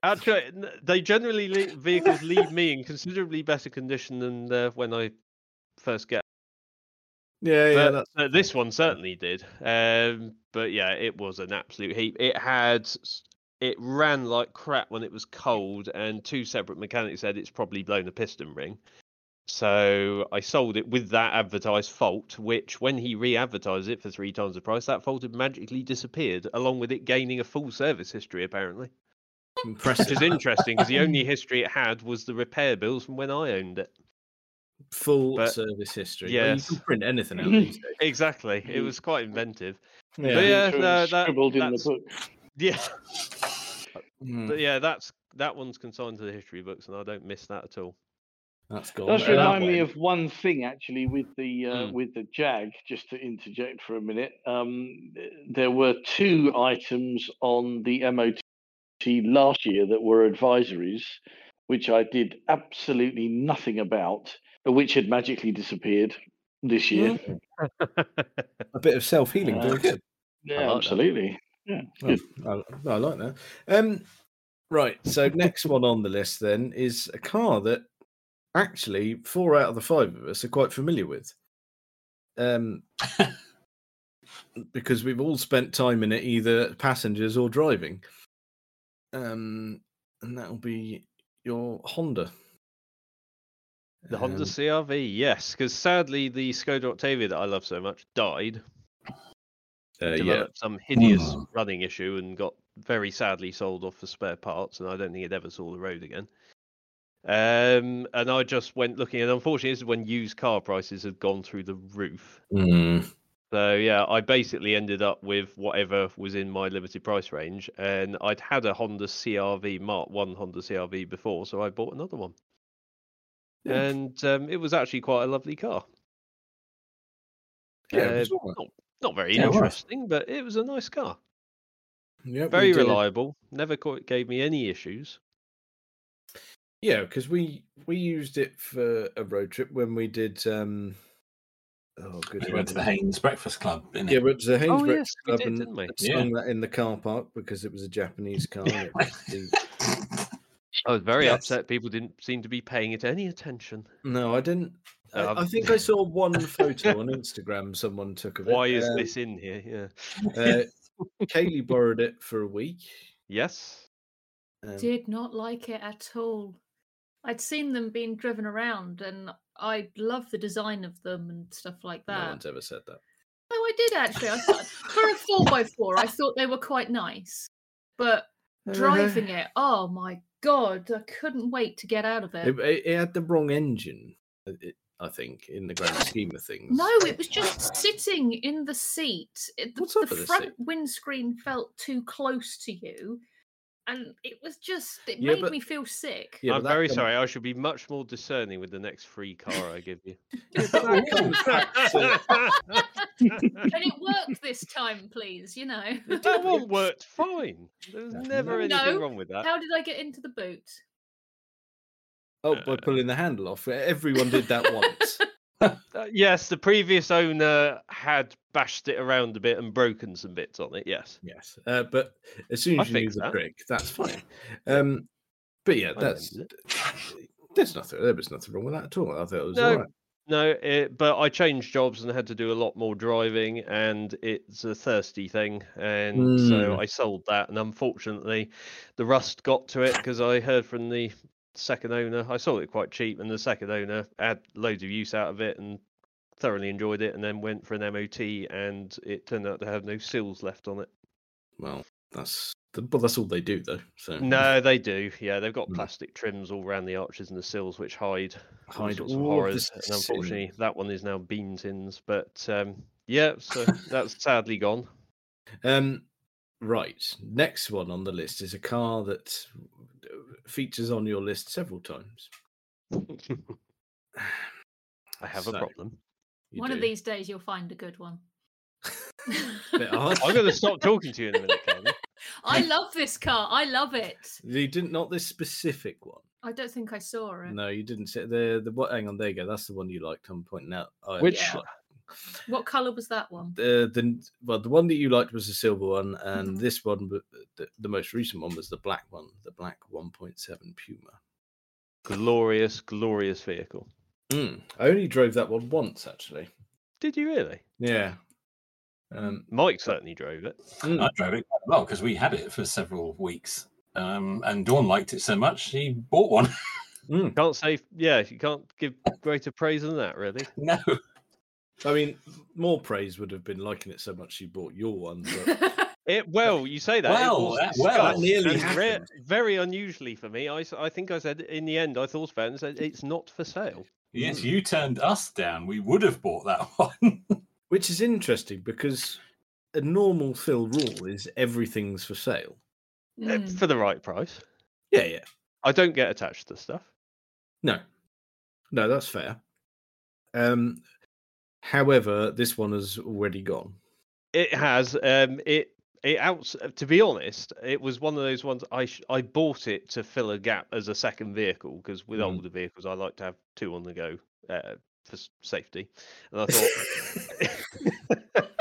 Actually, n- they generally le- vehicles leave me in considerably better condition than uh, when I first get.
Yeah, yeah,
But,
that's
uh, this one certainly did. Um, but yeah, it was an absolute heap. It had s- it ran like crap when it was cold, and two separate mechanics said it's probably blown a piston ring. So I sold it with that advertised fault, which when he re-advertised it for three times the price, that fault had magically disappeared, along with it gaining a full service history apparently, which
impressive.
is interesting because the only history it had was the repair bills from when I owned it.
Full
but-
service history. Well,
yes.
you can print anything out these days.
Exactly, it
Mm.
was quite inventive.
Yeah.
But yeah,
Sure,
no,
it's
that-
scribbled in the
that's-
book.
Yeah.
Mm,
But yeah, that's that one's consigned to the history books, and I don't miss that at all.
that's gone.
does
now, that Hmm.
remind me
way.
of one thing actually with the uh,
Mm.
with the jag just to interject for a minute um th- there were two items on the mot last year that were advisories which i did absolutely nothing about but which had magically disappeared this year
Hmm. a bit of self-healing.
Uh,
very good.
yeah
like that.
absolutely
Oh, I, I like that. Um, right. So next one on the list then is a car that actually four out of the five of us are quite familiar with. Um, because we've all spent time in it, either passengers or driving. Um, and that'll be your Honda.
The Honda
Um,
CRV, yes, because sadly the Skoda Octavia that I love so much died,
uh, yeah.
developed some hideous
Mm.
running issue, and got very sadly sold off for spare parts, and I don't think it ever saw the road again. Um, and I just went looking, and unfortunately, this is when used car prices had gone through the roof.
Mm,
So yeah, I basically ended up with whatever was in my limited price range, and I'd had a Honda CRV Mark One Honda CRV before, so I bought another one,
Yeah.
and um, it was actually quite a lovely car.
yeah,
Uh,
it was all right.
not, not very
Yeah, it was.
interesting, but it was a nice car.
Yep, we
Very
did.
reliable. Never quite gave me any issues.
Yeah, because we we used it for a road trip when we did. um Oh, good.
We went to the
heavens.
Haynes Breakfast Club, didn't
Yeah,
it?
we went to the Haynes
oh yes,
Breakfast
we
Club
did,
and,
didn't we?
and
Yeah.
sung that in the car park because it was a Japanese car. and it was the-
I was very
Yes.
upset. People didn't seem to be paying it any attention.
no, I didn't. I, I
Um,
think I saw one photo on Instagram someone took of it.
Why is
Uh,
this in here? Yeah.
Uh, Kaylee borrowed it for a week.
Yes.
Um,
Did not like it at all. I'd seen them being driven around and I love the design of them and stuff like
no
that.
one's ever said that.
No, I did actually. I thought, for a four by four, I thought they were quite nice, but driving it, oh my god, I couldn't wait to get out of it.
It, it, it had the wrong engine. uh, it- I think in the grand scheme of things.
No, it was just sitting in the seat. It, the
What's up
the
with the
front
seat?
windscreen felt too close to you, and it was just it
Yeah,
made
but-
me feel sick.
Yeah, but
I'm
that
very
comes-
sorry. I should be much more discerning with the next free car I give you.
Yeah, but that comes back to-
Can it work this time, please? You know,
that one worked fine. There was
Yeah.
never anything
No.
wrong with that.
how did I get into the boot?
Oh, by pulling the handle off. E, Everyone did that once.
Uh, yes, the previous owner had bashed it around a bit and broken some bits on it. Yes.
Yes, uh, but as soon
I
as you knew
fixed
the
that.
trick, that's fine. Um, but yeah,
I
that's
remembered
there's nothing. There was nothing wrong with that at all. I thought it was
No.
all right.
No, it, but I changed jobs and had to do a lot more driving, and it's a thirsty thing. And so
Mm.
I sold that. And unfortunately, the rust got to it because I heard from the second owner. I sold it quite cheap, and the second owner had loads of use out of it and thoroughly enjoyed it. And then went for an MOT, and it turned out to have no seals left on it.
Well, That's the, well, that's all they do though. So
No, they do. Yeah, they've got
Mm.
plastic trims all around the arches and the sills, which hide all
Hide
sorts of
all of the
horrors. and
sin.
unfortunately, that one is now bean tins. But um, yeah, so that's sadly gone.
Um, right. Next one on the list is a car that features on your list several times.
I have a
So,
problem.
You
One of
do.
these days you'll find a good one.
Bit hard.
I'm going to stop talking to you in a minute, Ken.
I love this car. I love it.
You didn't not this specific one.
I don't think I saw it.
No, you didn't. Say, the the what? Hang on, there you go. That's the one you liked. I'm pointing out. I
Which
like-
What colour was that one?
the the well the one that you liked was the silver one, and
Mhm.
this one, w- the, the most recent one, was the black one, the black 1.7 Puma.
Glorious, glorious vehicle.
Mm. I only drove that one once, actually.
Did you really?
Yeah. Um,
Mike certainly drove it.
mm.
I drove it quite well because we had it for several weeks. Um, and Dawn liked it so much she bought one.
Mm.
Can't say, yeah, you can't give greater praise than that, really.
no,
I mean, more praise would have been liking it so much you bought your one. But
It well, you say that. it
Well,
was
that- well, that
discussed,
nearly
and rare-
happened.
very unusually for me. I, s- I think I said in the end I thought about it and said it's not for sale.
yes,
Mm.
you turned us down. We would have bought that one.
which is interesting because a normal Phil rule is everything's for sale.
uh,
Mm.
For the right price.
Yeah, yeah.
I don't get attached to stuff.
No, no, that's fair. Um, however, this one has already gone.
It has um it it outs uh, to be honest, it was one of those ones I sh- I bought it to fill a gap as a second vehicle because with
Mm.
older vehicles I like to have two on the go uh, for s- safety. And I thought and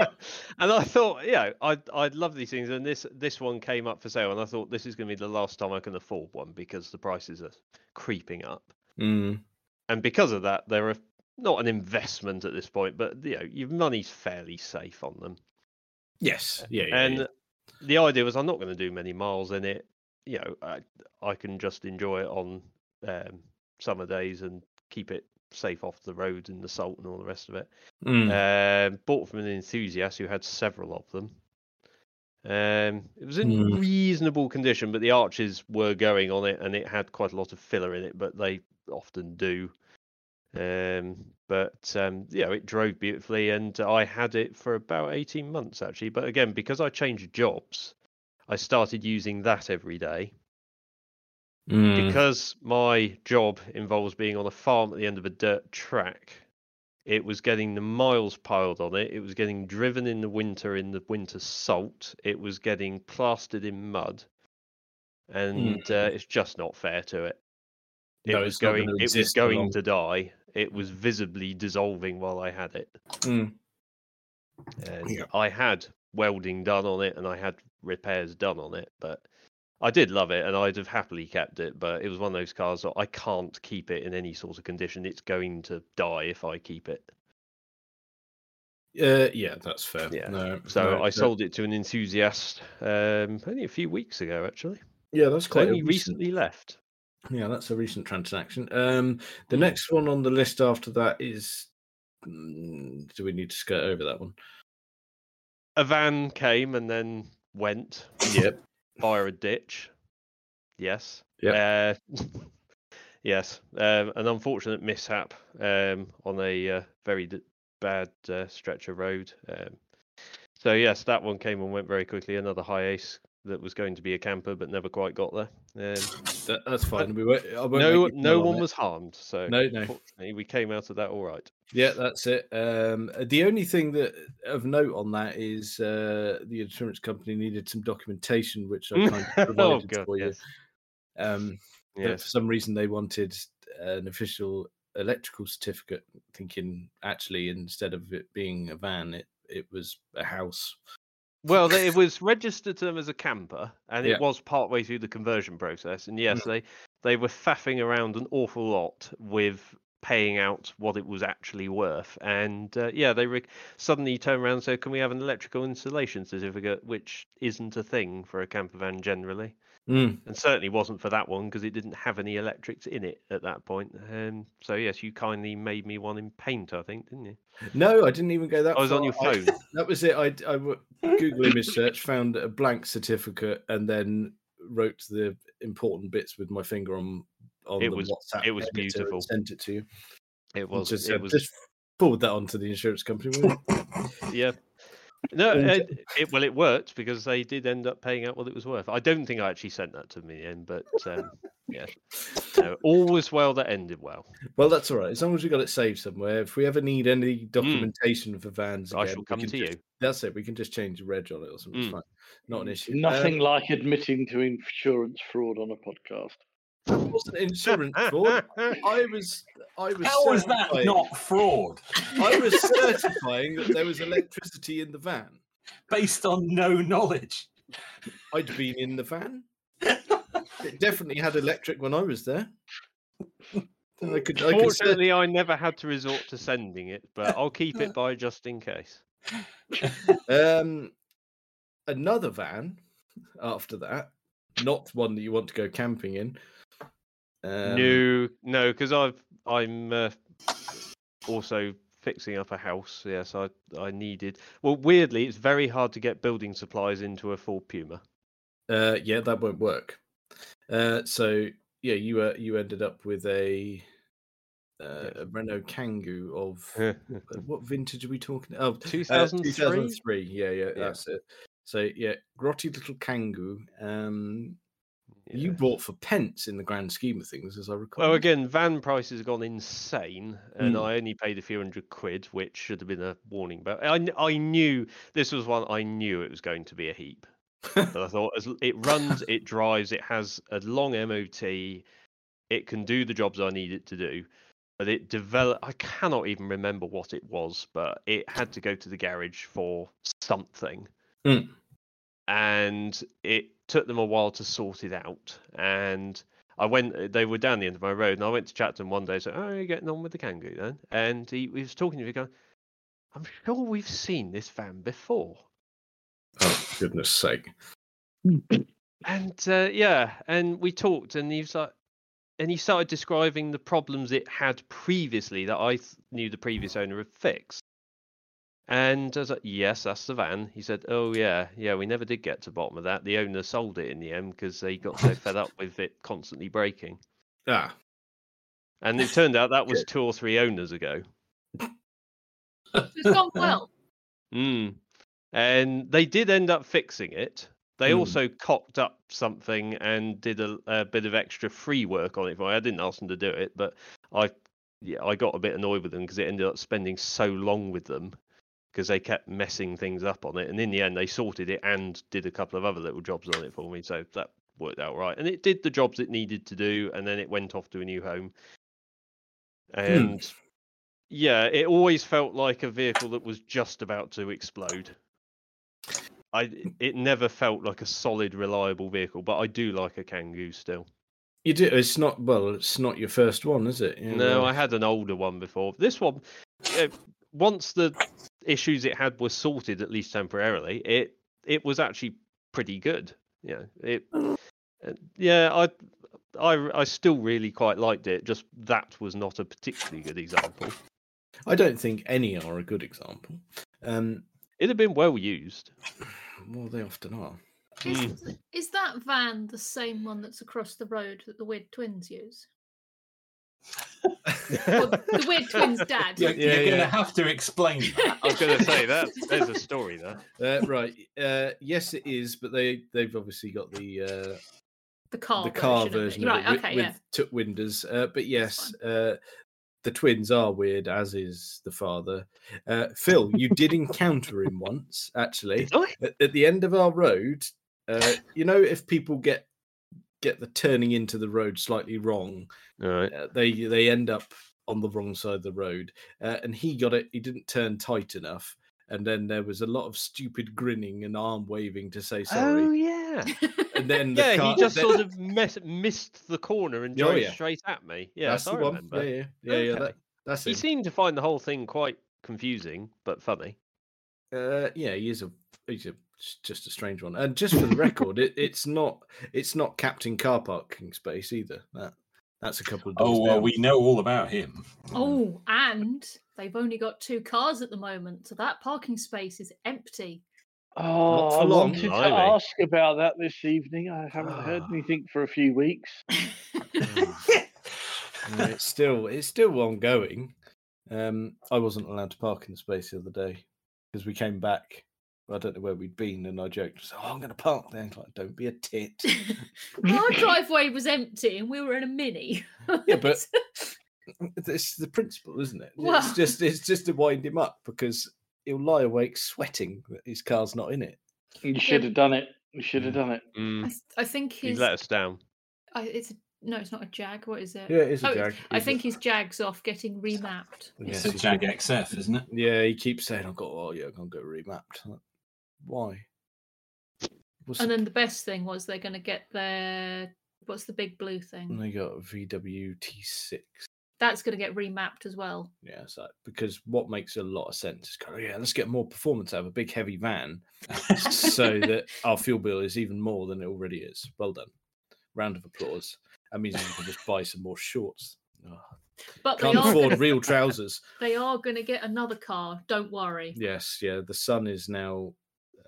I thought, yeah, I'd I'd love these things, and this this one came up for sale, and I thought this is going to be the last time I can afford one because the prices are creeping up,
Mm.
and because of that, they're a, not an investment at this point, but you know, your money's fairly safe on them.
Yes. Yeah. yeah,
and
yeah.
the idea was I'm not going to do many miles in it, you know, I I can just enjoy it on um, summer days and keep it safe off the roads and the salt and all the rest of it.
Mm.
Um, bought from an enthusiast who had several of them. Um, it was in
Mm.
reasonable condition, but the arches were going on it, and it had quite a lot of filler in it, but they often do. Um, but um, you know, it drove beautifully, and I had it for about eighteen months actually. But again, because I changed jobs, I started using that every day
Mm.
because my job involves being on a farm at the end of a dirt track it was getting the miles piled on it it was getting driven in the winter in the winter salt it was getting plastered in mud
Mm.
and uh, it's just not fair to it it
No,
was
it's not gonna
going it was
exist for
going
long.
to die it was visibly dissolving while i had it
Mm.
and
Yeah.
I had welding done on it and I had repairs done on it, but I did love it and I'd have happily kept it, but it was one of those cars that I can't keep it in any sort of condition. It's going to die if I keep it.
Uh, yeah, that's fair.
Yeah.
No,
So
no,
I
no.
sold it to an enthusiast um, only a few weeks ago, actually.
Yeah, that's quite a
only
recent-
recently left.
Yeah, that's a recent transaction. Um, the
Mm.
next one on the list after that is. mm, Do we need to skirt over that one?
A van came and then went
Yep.
via a ditch. Yes. Uh, yes. Um, an unfortunate mishap um, on a uh, very d- bad uh, stretch of road. Um, so yes, that one came and went very quickly. Another high ace that was going to be a camper but never quite got there. Um,
That, that's fine. We won't, I won't
no,
make you
no
dwell on
one
it.
was harmed. So
No, no.
fortunately, we came out of that all right.
Yeah, that's it. Um, uh, the only thing that of note on that is uh, the insurance company needed some documentation, which I kind of provided
oh god,
for
yes.
you. Um, but
yes.
for some reason, they wanted uh, an official electrical certificate, thinking actually instead of it being a van, it it was a house.
Well, they- it was registered to them as a camper, and
Yeah. Mm.
it was partway through the conversion process. And yes, they they were faffing around an awful lot with paying out what it was actually worth. And uh, yeah, they re- suddenly turn around and say, "Can we have an electrical installation certificate?" Which isn't a thing for a camper van generally,
Mm.
and certainly wasn't for that one because it didn't have any electrics in it at that point. Um, so yes, you kindly made me one in paint, I think, didn't you?
No, I didn't even go that.
I was on
far.
your
I-
phone.
that was it. I, I w- Google image search, found a blank certificate, and then wrote the important bits with my finger on on
It
the
was-
WhatsApp.
it was
editor and
beautiful.
Sent it to you.
It
and
was.
just,
it
said,
was.
just forward that on to the insurance company. will you?"
Yeah. No,
And,
uh, it, well, it worked because they did end up paying out what it was worth. I don't think I actually sent that to me in, but um, yeah, no, all was well that ended well.
well, that's all right. As long as we got it saved somewhere. If we ever need any documentation for vans,
Hmm. I
again,
shall
we
come
can
to
just-
you.
That's it. We can just change the reg on it or something. It's
Mm.
fine. Not an issue. Uh,
Nothing like admitting to insurance fraud on a podcast.
Um, it wasn't insurance fraud. I was. I was.
How was that
certifying-
not fraud?
I was certifying that there was electricity in the van.
Based on no knowledge.
I'd been in the van. It definitely had electric when I was there. Then I could, I could say-
Fortunately, I never had to resort to sending it, but I'll keep it by just in case.
um, another van after that, not one that you want to go camping in. Um,
no, no, because I've I'm uh, also fixing up a house. Yes, I I needed. Well, weirdly, it's very hard to get building supplies into a Ford Puma.
Uh, yeah, that won't work. Uh, so yeah, you uh, you ended up with a uh, a Renault Kangoo of Uh, what vintage are we talking? Oh, uh,
2003?
2003. Yeah, yeah,
Yeah.
that's it. So yeah, grotty little Kangoo. Um,
Yeah.
you bought for pence in the grand scheme of things, as I recall.
Well, again, van prices have gone insane, and
Mm.
I only paid a few hundred quid, which should have been a warning. But I, kn- I knew this was one I knew it was going to be a heap. but I thought as l- it runs, it drives, it has a long MOT, it can do the jobs I need it to do. But it developed. I cannot even remember what it was, but it had to go to the garage for something,
Mm.
and it took them a while to sort it out. And I went, uh, they were down the end of my road, and I went to chat to him one day. So, oh, you getting on with the kangaroo then? And he, he was talking to me, going, I'm sure we've seen this van before.
Oh, goodness sake!
And uh, yeah, and we talked, and he was like, and he started describing the problems it had previously that I th- knew the previous owner had fixed. And I was like, yes, that's the van. He said, oh yeah, yeah, we never did get to the bottom of that. The owner sold it in the end because they got so fed up with it constantly breaking.
Ah,
And it turned out that was two or three owners ago.
It's gone well.
Mm. And they did end up fixing it. They
Mm.
also cocked up something and did a, a bit of extra free work on it for me. I didn't ask them to do it, but I yeah, I got a bit annoyed with them because it ended up spending so long with them because they kept messing things up on it. And in the end, they sorted it and did a couple of other little jobs on it for me. So that worked out right. And it did the jobs it needed to do. And then it went off to a new home. And yeah, it always felt like a vehicle that was just about to explode. I it never felt like a solid, reliable vehicle, but I do like a Kangoo still.
you do. It's not well. It's not your first one, is it? You
No,
know,
I had an older one before. This one, uh, once the issues it had were sorted, at least temporarily, it it was actually pretty good. Yeah, it. uh, Yeah, I. I, r- I still really quite liked it. Just that was not a particularly good example.
I don't think any are a good example. Um,
It had been well used.
well, they often are.
Is,
Hmm.
th- is that van the same one that's across the road that the Weird Twins use? Or the Weird Twins' dad.
You're,
Yeah,
you're going
yeah.
to have to explain that.
I was going to say that there's a story there.
Uh, right. Uh, yes, it is, but they they've obviously got the. Uh,
The car.
the car
version.
version,
Of it. Right.
of it
okay.
with,
yeah.
with took windows. Uh, but yes, uh, the twins are weird, as is the father. Uh, Phil, you did encounter him once, actually, at, at the end of our road. Uh, you know, if people get get the turning into the road slightly wrong,
All right.
uh, they they end up on the wrong side of the road. Uh, and he got it; he didn't turn tight enough. and then there was a lot of stupid grinning and arm waving to say sorry.
Oh yeah.
And then the
yeah,
car,
he just
then-
sort of mess missed the corner and
Oh,
drove
yeah.
straight at me. Yeah,
that's
I
the one.
remember.
Yeah, yeah, yeah, yeah.
Okay.
That, that's
He
it.
seemed to find the whole thing quite confusing but funny.
Uh, yeah, he is a he's a s- just a strange one. And just for the record, it, it's not it's not Captain Car Parking Space either. That that's a couple of doors
Oh, well,
down.
we know all about him.
Mm.
Oh, and they've only got two cars at the moment, so that parking space is empty.
Oh,
for
I
long.
wanted to
Blimey.
ask about that this evening. I haven't heard
Ah.
anything for a few weeks.
Uh, it's still it's still ongoing. Um, I wasn't allowed to park in the space the other day because we came back. I don't know where we'd been, and I joked, "So I'm going to park there." He's Like, don't be a tit.
Our driveway was empty, and we were in a mini.
Yeah, but- it's the principle, isn't it?
Well-
It's just it's just to wind him up because he'll lie awake sweating that his car's not in it.
You should have done it. You should have done it.
I,
Mm,
th- I think
he
his
let us down.
I, it's a, no, it's not a jag. What is it?
Yeah, it is
a
a
Oh,
jag.
I think his jag's off getting remapped.
It's a Jag XF, isn't it?
Yeah, he keeps saying, "I've got oh yeah, I'm going to remapped." Like, Why? What's
And
the-
then the best thing was they're going to get their what's the big blue
and
thing?
they got VWT6.
That's going to get remapped as well.
Yeah, so because what makes a lot of sense is go, yeah, let's get more performance out of a big heavy van so that our fuel bill is even more than it already is. Well done. Round of applause. That means you can just buy some more shorts. Ah,
But they
can't
are,
afford
gonna,
real trousers.
they are going to get another car. Don't worry.
Yes, yeah. The son is now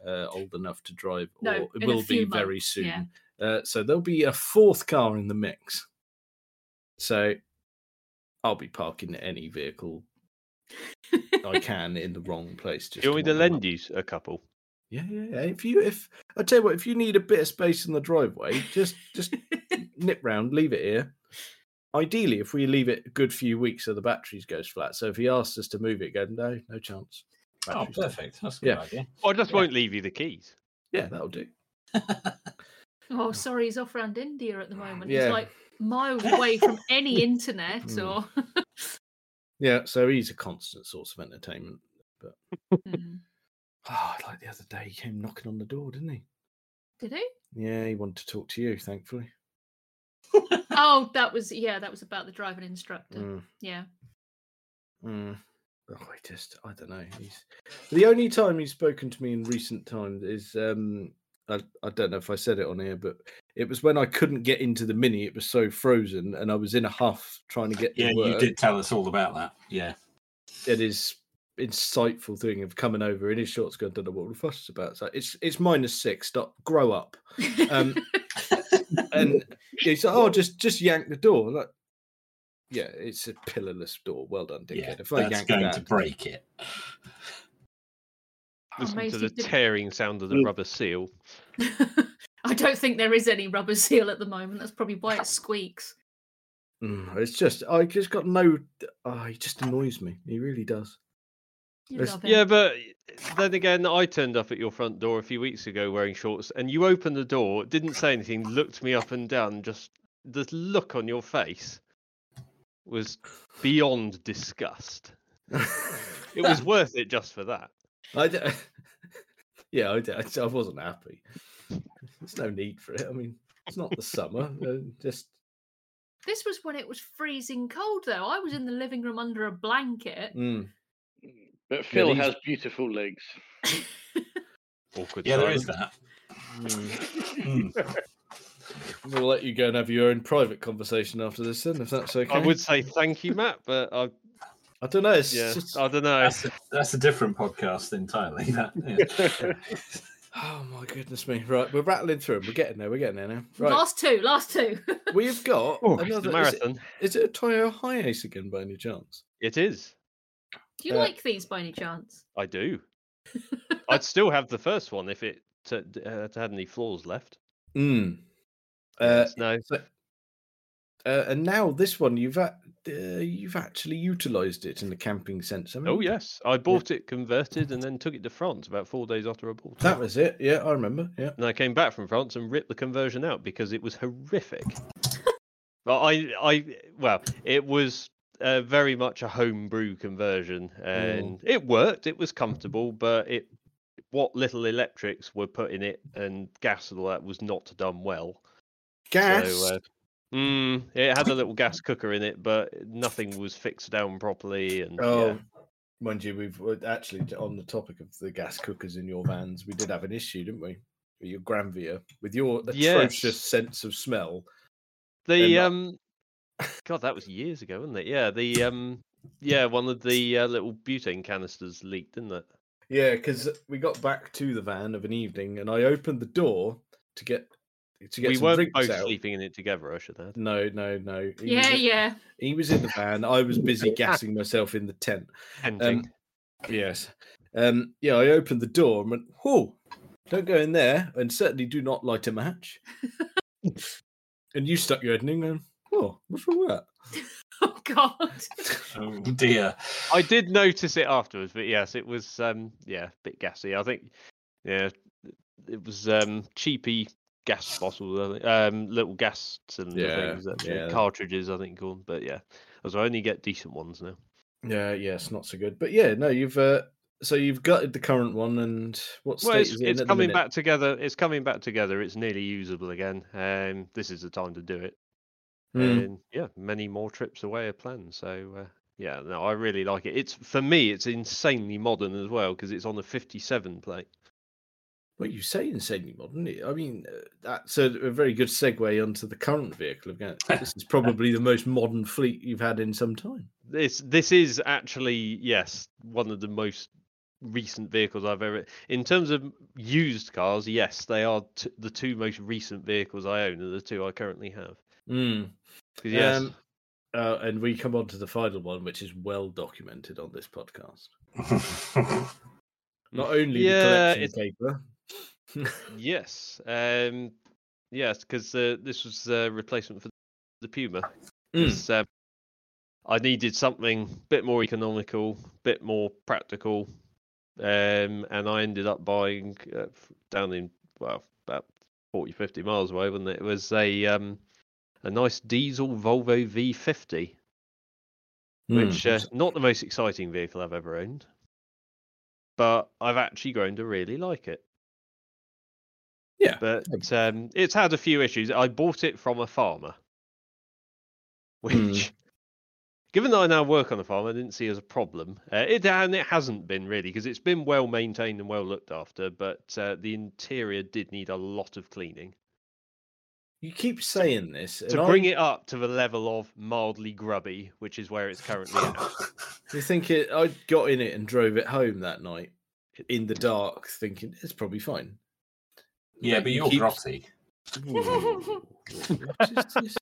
uh, old enough to drive, or
No, in
it
a
will be
few
very
months,
soon.
yeah.
Uh, so there'll be a fourth car in the mix. So I'll be parking any vehicle I can in the wrong place.
Do
Just
you want me to
wind 'em
lend
up.
you a couple?
Yeah, yeah, yeah. If you, if I tell you what, if you need a bit of space in the driveway, just just nip round, leave it here. Ideally, if we leave it a good few weeks, so the batteries goes flat. So if he asks us to move it, go no, no chance.
Oh,
Batteries dead."
perfect. That's a good
Yeah.
idea.
I just
Yeah.
won't leave you the keys.
Yeah, that'll do.
oh, sorry, he's off around India at the moment.
Yeah. Hmm.
He's like miles away from any internet or.
Yeah, so he's a constant source of entertainment.
Mm.
Oh, like the other day, he came knocking on the door, didn't he?
Did he?
Yeah, he wanted to talk to you, thankfully.
Oh, that was yeah, that was about the driving instructor.
Mm,
Yeah.
mm. Oh, I just, I don't know. He's the only time he's spoken to me in recent times is, um, I, I don't know if I said it on here, but it was when I couldn't get into the mini. It was so frozen, and I was in a huff trying to get. to
Yeah, you
work.
did tell us all about that. Yeah.
at his insightful thing of coming over in his shorts going, don't know what the fuss is about. So it's it's minus six, stop grow up. Um and he's like, Oh, just just yank the door. Like Yeah, it's a pillarless door. Well done, dickhead.
Yeah,
if I
that's
yank
going
that
to break it.
Listen
Amazing,
to the
didn't-
tearing sound of the
Mm.
rubber seal.
I don't think there is any rubber seal at the moment. That's probably why it squeaks.
Mm, it's just I just got no oh, he just annoys me. He really does.
You
It's-
love it.
Yeah, but uh, then again, I turned up at your front door a few weeks ago wearing shorts, and you opened the door, didn't say anything, looked me up and down. Just the look on your face was beyond disgust. It was worth it just for that.
I d- yeah, I, d- I wasn't happy. There's no need for it. I mean, it's not the summer. uh, Just
This was when it was freezing cold, though. I was in the living room under a blanket.
mm.
But Phil
these-
has beautiful legs.
Awkward.
Yeah, there is
silence.
that.
mm.
Hmm.
We'll let you go and have your own private conversation after this, then, if that's okay.
I would say thank you, Matt, but I
I don't know. It's
yeah,
just,
I don't know.
That's a, that's a different podcast entirely. That, yeah.
oh my goodness me! Right, we're rattling through. 'em. We're getting there. We're getting there now. Right,
Last two, last two.
we've got
Oh, it's
another.
the
Is it,
marathon.
is it a Toyo High Ace again, by any chance?
It is.
Do you
Uh,
like these by any chance?
I do. I'd still have the first one if it t- d- uh, had any flaws left.
Mm. Uh,
Yes, no.
so- uh, and now this one, you've a- uh, you've actually utilised it in the camping sense. haven't
Oh
you?
yes, I bought it converted and then took it to France about four days after I bought it.
that was it. Yeah, I remember. Yeah.
And I came back from France and ripped the conversion out because it was horrific. well, I, I, well, it was uh, very much a homebrew conversion,
Mm.
and it worked. It was comfortable, but it what little electrics were put in it and gas and all that was not done well.
Gas.
So, uh, mm, it had a little gas cooker in it, but nothing was fixed down properly. And
oh,
yeah.
mind you, we've we're actually t- on the topic of the gas cookers in your vans. We did have an issue, didn't we? With your Granvia, with your atrocious
Yes.
sense of smell.
the
not-
um, God, that was years ago, wasn't it? Yeah, the um, yeah, one of the uh, little butane canisters leaked, didn't it?
Yeah, because we got back to the van of an evening, and I opened the door to get to get
We
some
weren't
drinks
both
out.
sleeping in it together. I should add.
No, no, no. He
Yeah,
was,
yeah.
He was in the van. I was busy gassing myself in the tent.
Ending.
Yes. Um. Yeah, I opened the door and went, "Whoa, don't go in there," and certainly do not light a match. and you stuck your head in and going, "Oh, what's wrong with that?"
Oh God.
Oh dear.
I did notice it afterwards, but yes, it was um yeah, a bit gassy. I think yeah, it was um cheapy gas bottles, I think, um little gas cylinder
Yeah,
things, that they-
yeah.
cartridges, I think called. But yeah, as I only get decent ones now.
Yeah. Yeah, it's not so good. But yeah, no, you've uh, so you've gutted the current one, and what state
Well, it's,
is it in
it's
at the
coming
minute?
back together. It's coming back together. It's nearly usable again. Um, this is the time to do it.
Mm.
And yeah, many more trips away are planned. So uh, yeah, no, I really like it. It's for me, it's insanely modern as well because it's on a 57 plate.
Well, you say insanely modern. it- I mean, uh, that's a, a very good segue onto the current vehicle. Of Gant. this is probably the most modern fleet you've had in some time.
this this is actually yes one of the most recent vehicles I've ever in terms of used cars. Yes, they are t- the two most recent vehicles I own, are the two I currently have. Hmm. 'Cause Yes,
Um, uh, and we come on to the final one, which is well documented on this podcast. Not only
Mm. Yeah,
the collection paper.
yes, um, yes, because uh, this was a replacement for the Puma. 'cause, um, I needed something a bit more economical, bit more practical, um, and I ended up buying uh, f- down in well about 40, 50 miles away, wasn't it? It was a um, a nice diesel Volvo V50,
Hmm,
which uh, not the most exciting vehicle I've ever owned, but I've actually grown to really like it.
Yeah,
but um, it's had a few issues. I bought it from a farmer, which,
Hmm.
given that I now work on a farm, I didn't see as a problem. Uh, it and it hasn't been really because it's been well maintained and well looked after, but uh, the interior did need a lot of cleaning
you keep saying this.
to bring it up to the level of mildly grubby, which is where it's currently at.
You think it? I got in it and drove it home that night in the dark, thinking it's probably fine.
yeah, but
You
you're
keep-
grotty.
Ooh, what is this?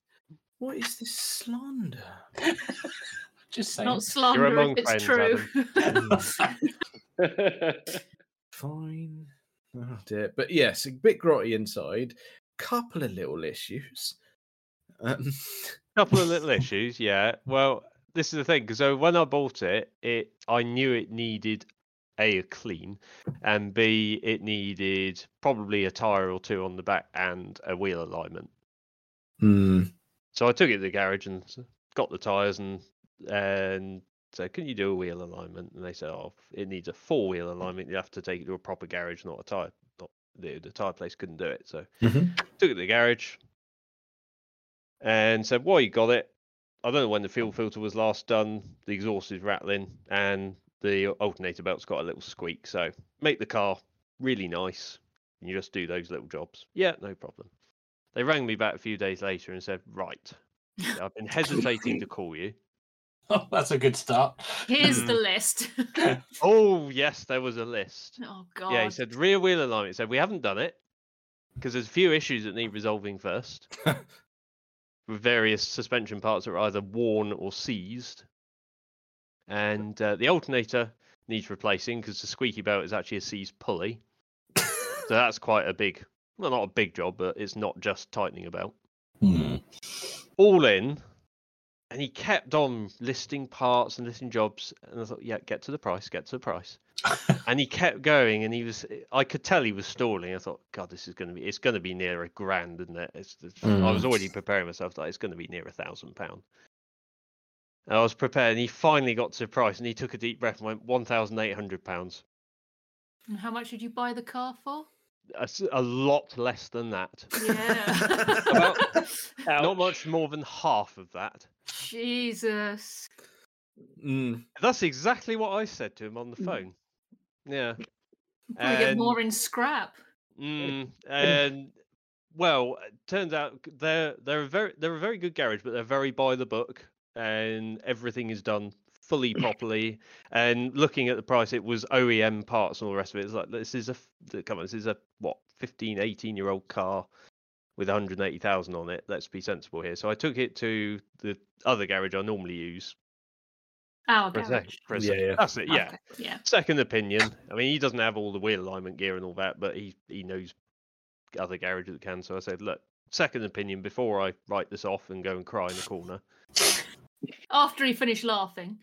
What is this slander?
Just saying.
Not slander
among
if it's
friends,
true.
Fine. Oh dear. But yes, a bit grotty inside. Couple of little issues. Um,
couple of little issues yeah well this is the thing because when i bought it it i knew it needed a, a clean and b it needed probably a tire or two on the back and a wheel alignment Hmm. so i took it to the garage and s- got the tires and and so can you do a wheel alignment and they said oh it needs a four wheel alignment you have to take it to a proper garage not a tire not the, the tire place couldn't do it so took it to the garage and said, Well, you got it. I don't know when the fuel filter was last done. The exhaust is rattling and the alternator belt's got a little squeak. So make the car really nice and you just do those little jobs. Yeah, no problem. They rang me back a few days later and said, Right, I've been hesitating to call you.
Oh, that's a good start.
Here's
Hmm.
the list.
Oh, yes, there was a list.
oh God.
Yeah, he said rear wheel alignment. He said we haven't done it because there's a few issues that need resolving first. with various suspension parts that are either worn or seized, and uh, the alternator needs replacing because the squeaky belt is actually a seized pulley. so that's quite a big, well, not a big job, but it's not just tightening a belt.
Hmm.
All in, and he kept on listing parts and listing jobs, and I thought, yeah, get to the price, get to the price and he kept going and he was i could tell he was stalling i thought god this is going to be it's going to be near a grand isn't it it's, it's- i was already preparing myself that it's going to be near a thousand pound And I was prepared, and he finally got to the price, and he took a deep breath and went one thousand eight hundred pounds.
And how much did you buy the car for?
A, s- a lot less than that.
Yeah.
About- Not much more than half of that.
Jesus.
Mm.
That's exactly what I said to him on the phone. Yeah.
Probably Mm. get
And-
more in scrap.
Mm, and well, it turns out g- they're they're a very they're a very good garage, but they're very by the book, and everything is done fully properly. And looking at the price, it was OEM parts and all the rest of it. It's like this is a f- th- come on, this is a what 15, 18 year old car with 180,000 on it. Let's be sensible here. So I took it to the other garage I normally use.
Our
for a sec-
garage.
for a
Yeah,
sec-
yeah.
eh? That's it. Yeah
Okay, Yeah.
second opinion. I mean, he doesn't have all the wheel alignment gear and all that, but he he knows other garages that can. So I said, look, second opinion before I write this off and go and cry in the corner.
After he finished laughing.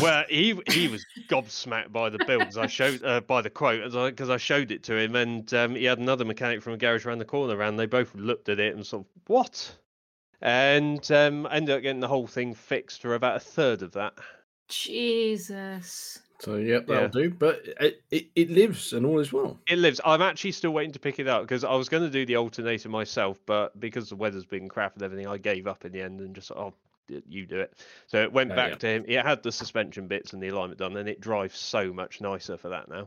well, he he was gobsmacked by the builds I showed uh, by the quote because I showed it to him, and um, he had another mechanic from a garage around the corner, around. They both looked at it and sort of what. And um, ended up getting the whole thing fixed for about a third of that.
Jesus.
So yep,
Yeah.
that'll do. But it, it, it lives and all is well.
It lives. I'm actually still waiting to pick it up because I was going to do the alternator myself, but because the weather's been crap and everything, I gave up in the end and just oh, y- you do it. So it went
Oh, yeah.
back to him. It had the suspension bits and the alignment done, and it drives so much nicer for that now.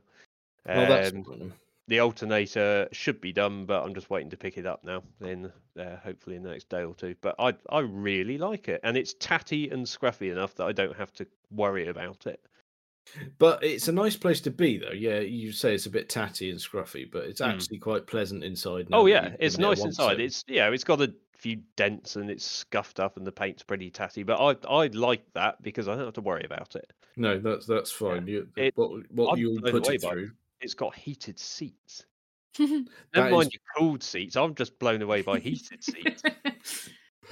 Um,
Well, that's the problem.
the alternator should be done, but I'm just waiting to pick it up now. In uh, hopefully in the next day or two. But I I really like it, and it's tatty and scruffy enough that I don't have to worry about it.
But it's a nice place to be, though. Yeah, you say it's a bit tatty and scruffy, but it's
Mm.
actually quite pleasant inside. now
Oh
that
yeah,
you've
it's
been there
nice
once,
inside.
so-
It's yeah, it's got a few dents and it's scuffed up and the paint's pretty tatty. But I I like that because I don't have to worry about it.
no, that's that's fine. You,
It-
what what
I'm
you'll
blown
put
away
it
by it.
through.
It's got heated seats.
That
Never
is-
mind your cooled seats. I'm just blown away by heated seats.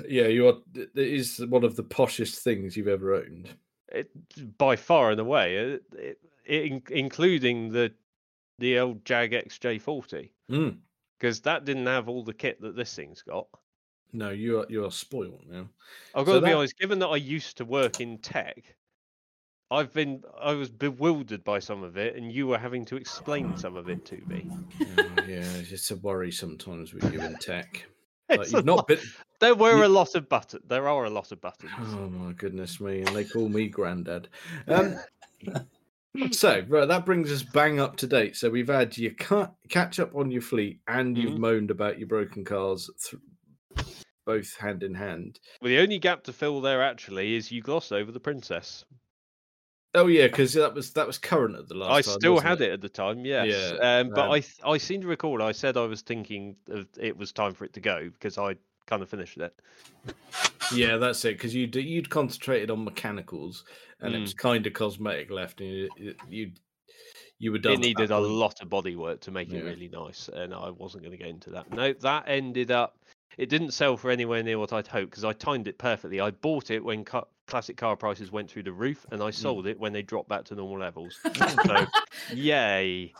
Yeah, you are. It is one of the poshest things you've ever owned.
It, by far and away, it, it, it, in- including the the old Jag XJ40
Mm.
because that didn't have all the kit that this thing's got.
No, you are you are spoiled now.
I've
So
got to be
that-
honest, given that I used to work in tech, I've been I was bewildered by some of it and you were having to explain some of it to me.
Oh, yeah, it's a worry sometimes with you in tech. Like,
It's a
you've not
lot-
been.
There were
you-
a lot of buttons. There are a lot of buttons.
Oh my goodness me! And they call me granddad. Um, so right, that brings us bang up to date. So we've had your cut, catch up on your fleet, and you've
Mhm.
moaned about your broken cars, th- both hand in hand.
Well, the only gap to fill there actually is you glossed over the princess.
Oh yeah, because that was that was current at the last.
I
time,
still
wasn't
had it? at the time, yes. um, but
um,
I th- I seem to recall I said I was thinking of it was time for it to go because I kind of finished it.
Yeah, that's it. Because you'd you'd concentrated on mechanicals, and it
Mm.
was kind of cosmetic left, and you you you'd- you were done.
it
at that
needed a
point.
lot of bodywork to make it
Yeah.
really nice, and I wasn't going to get into that. No, that ended up. It didn't sell for anywhere near what I'd hoped because I timed it perfectly. I bought it when ca- classic car prices went through the roof, and I
Hmm.
sold it when they dropped back to normal levels. so, yay!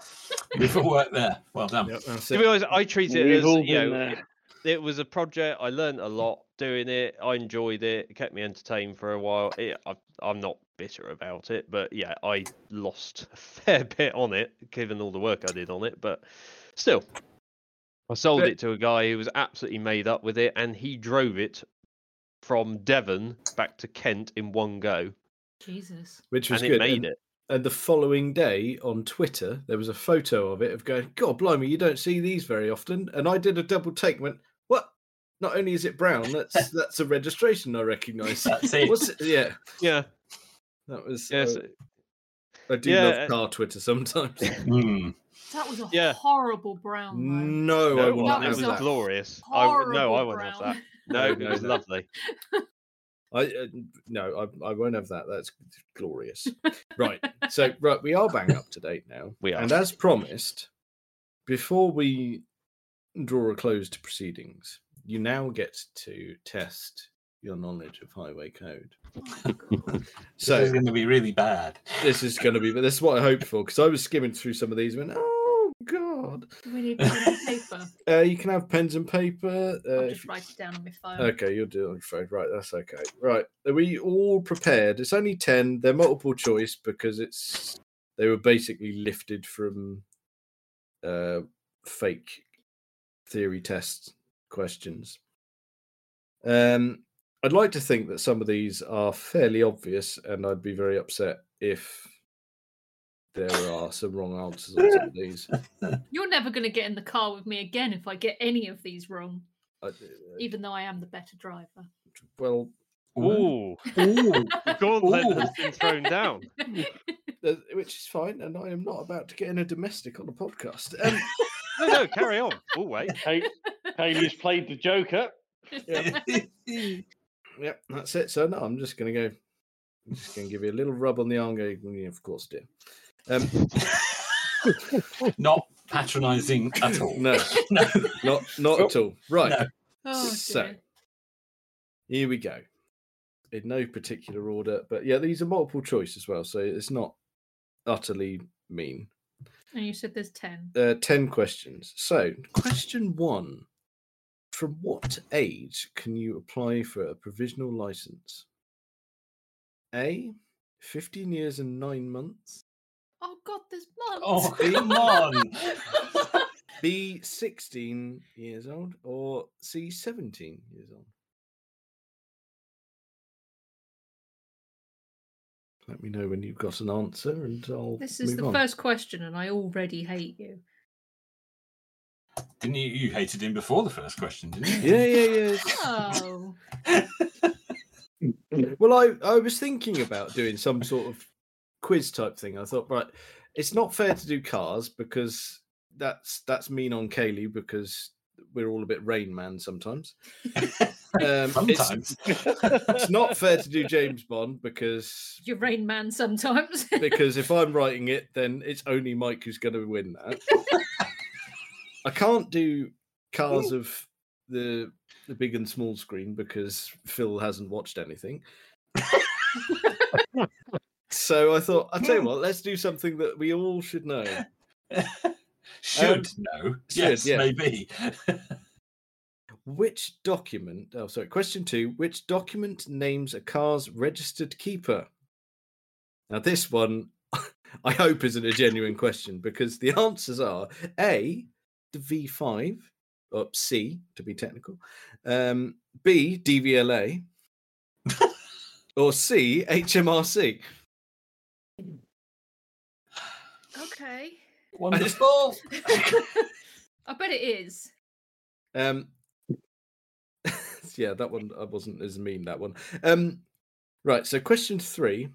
You've all worked there. Well done.
Yep, that's
To
it.
be honest, I treat it
We've
as
all
you know,
been there.
it- it was a project. I learned a lot doing it. I enjoyed it. It kept me entertained for a while. It, I, I'm not bitter about it, but yeah, I lost a fair bit on it, given all the work I did on it. But still, I sold
But-
it to a guy who was absolutely made up with it, and he drove it from Devon back to Kent in one go,
Jesus.
Which was
and
good.
it made
and-
it.
And the following day on Twitter, there was a photo of it of going, God, blimey, you don't see these very often. And I did a double take and went, What? Not only is it brown, that's that's a registration I recognise.
That's it.
What's it? Yeah,
Yeah,
that was.
yeah.
Yes,
so-
I do
yeah, uh,
love car Twitter sometimes.
Mm.
That was a
Yeah.
horrible brown.
no, I
no,
wouldn't
well,
That
it
have
was
a
that.
glorious.
Though.
I, w-
Horrible
no, I wouldn't
brown.
have that. No, it
No,
was
no.
lovely.
I uh, no, I, I won't have that. That's glorious. right. So right, we are bang up to date now.
We are.
And as promised, before we draw a close to proceedings, you now get to test your knowledge of highway code.
Oh, God.
this
So
is going to be really bad.
this is going to be, but this is what I hoped for because I was skimming through some of these. And went, oh, God.
Do we need pen and paper?
Uh, you can have pens and paper. Uh,
I'll
if
just
you-
write it down on my phone.
Okay, you'll do it on your phone. Right, that's okay. Right, are we all prepared? It's only 10. They're multiple choice because it's they were basically lifted from uh, fake theory test questions. Um, I'd like to think that some of these are fairly obvious, and I'd be very upset if there are some wrong answers on some of these.
You're never going to get in the car with me again if I get any of these wrong,
I- uh,
even though I am the better driver.
well,
Ooh,
Ooh.
gauntlet
Ooh.
has been thrown down.
uh, which is fine, and I am not about to get in a domestic on a podcast. Um,
No, no, carry on. We'll wait.
Hey, Haley's played the Joker.
Yep, that's it. So no, I'm just gonna go. I'm just gonna give you a little rub on the arm. Go, "Mm, yeah, of course, dear. Um,
Not patronising at all.
no,
No.
not not at all. Right,
No.
oh,
So-
dear.
here we go. In no particular order, but yeah, these are multiple choice as well, so it's not utterly mean.
And you said there's 10.
Uh, Ten questions. So, question one: From what age can you apply for a provisional license? A, fifteen years and nine months.
Oh, God, there's months.
Oh, come on.
B sixteen years old or C seventeen years old? Let me know when you've got an answer, and I'll
This is
move
the
on.
first question, and I already hate you.
Didn't you? You hated him before the first question, didn't you?
Yeah, yeah,
Oh.
yeah. well, I I was thinking about doing some sort of quiz type thing. I thought, right, it's not fair to do cars because that's that's mean on Kaylee because we're all a bit Rain Man sometimes. um, it's,
Sometimes.
it's not fair to do James Bond because
You're Rain Man sometimes.
because if I'm writing it, then it's only Mike who's going to win that. I can't do cars of the the big and small screen because Phil hasn't watched anything. so I thought, I'll tell you what, let's do something that we all should know.
should know.
Um, should,
Yes,
yeah.
maybe.
Which document? Oh, sorry. Question two: Which document names a car's registered keeper? Now, this one, I hope, isn't a genuine question because the answers are A, the V5, or C, to be technical, um, B, DVLA, or C, HMRC.
okay.
Wonderful.
I bet it is.
Um, yeah, that one I wasn't as mean. That one. Um, right. So, question three: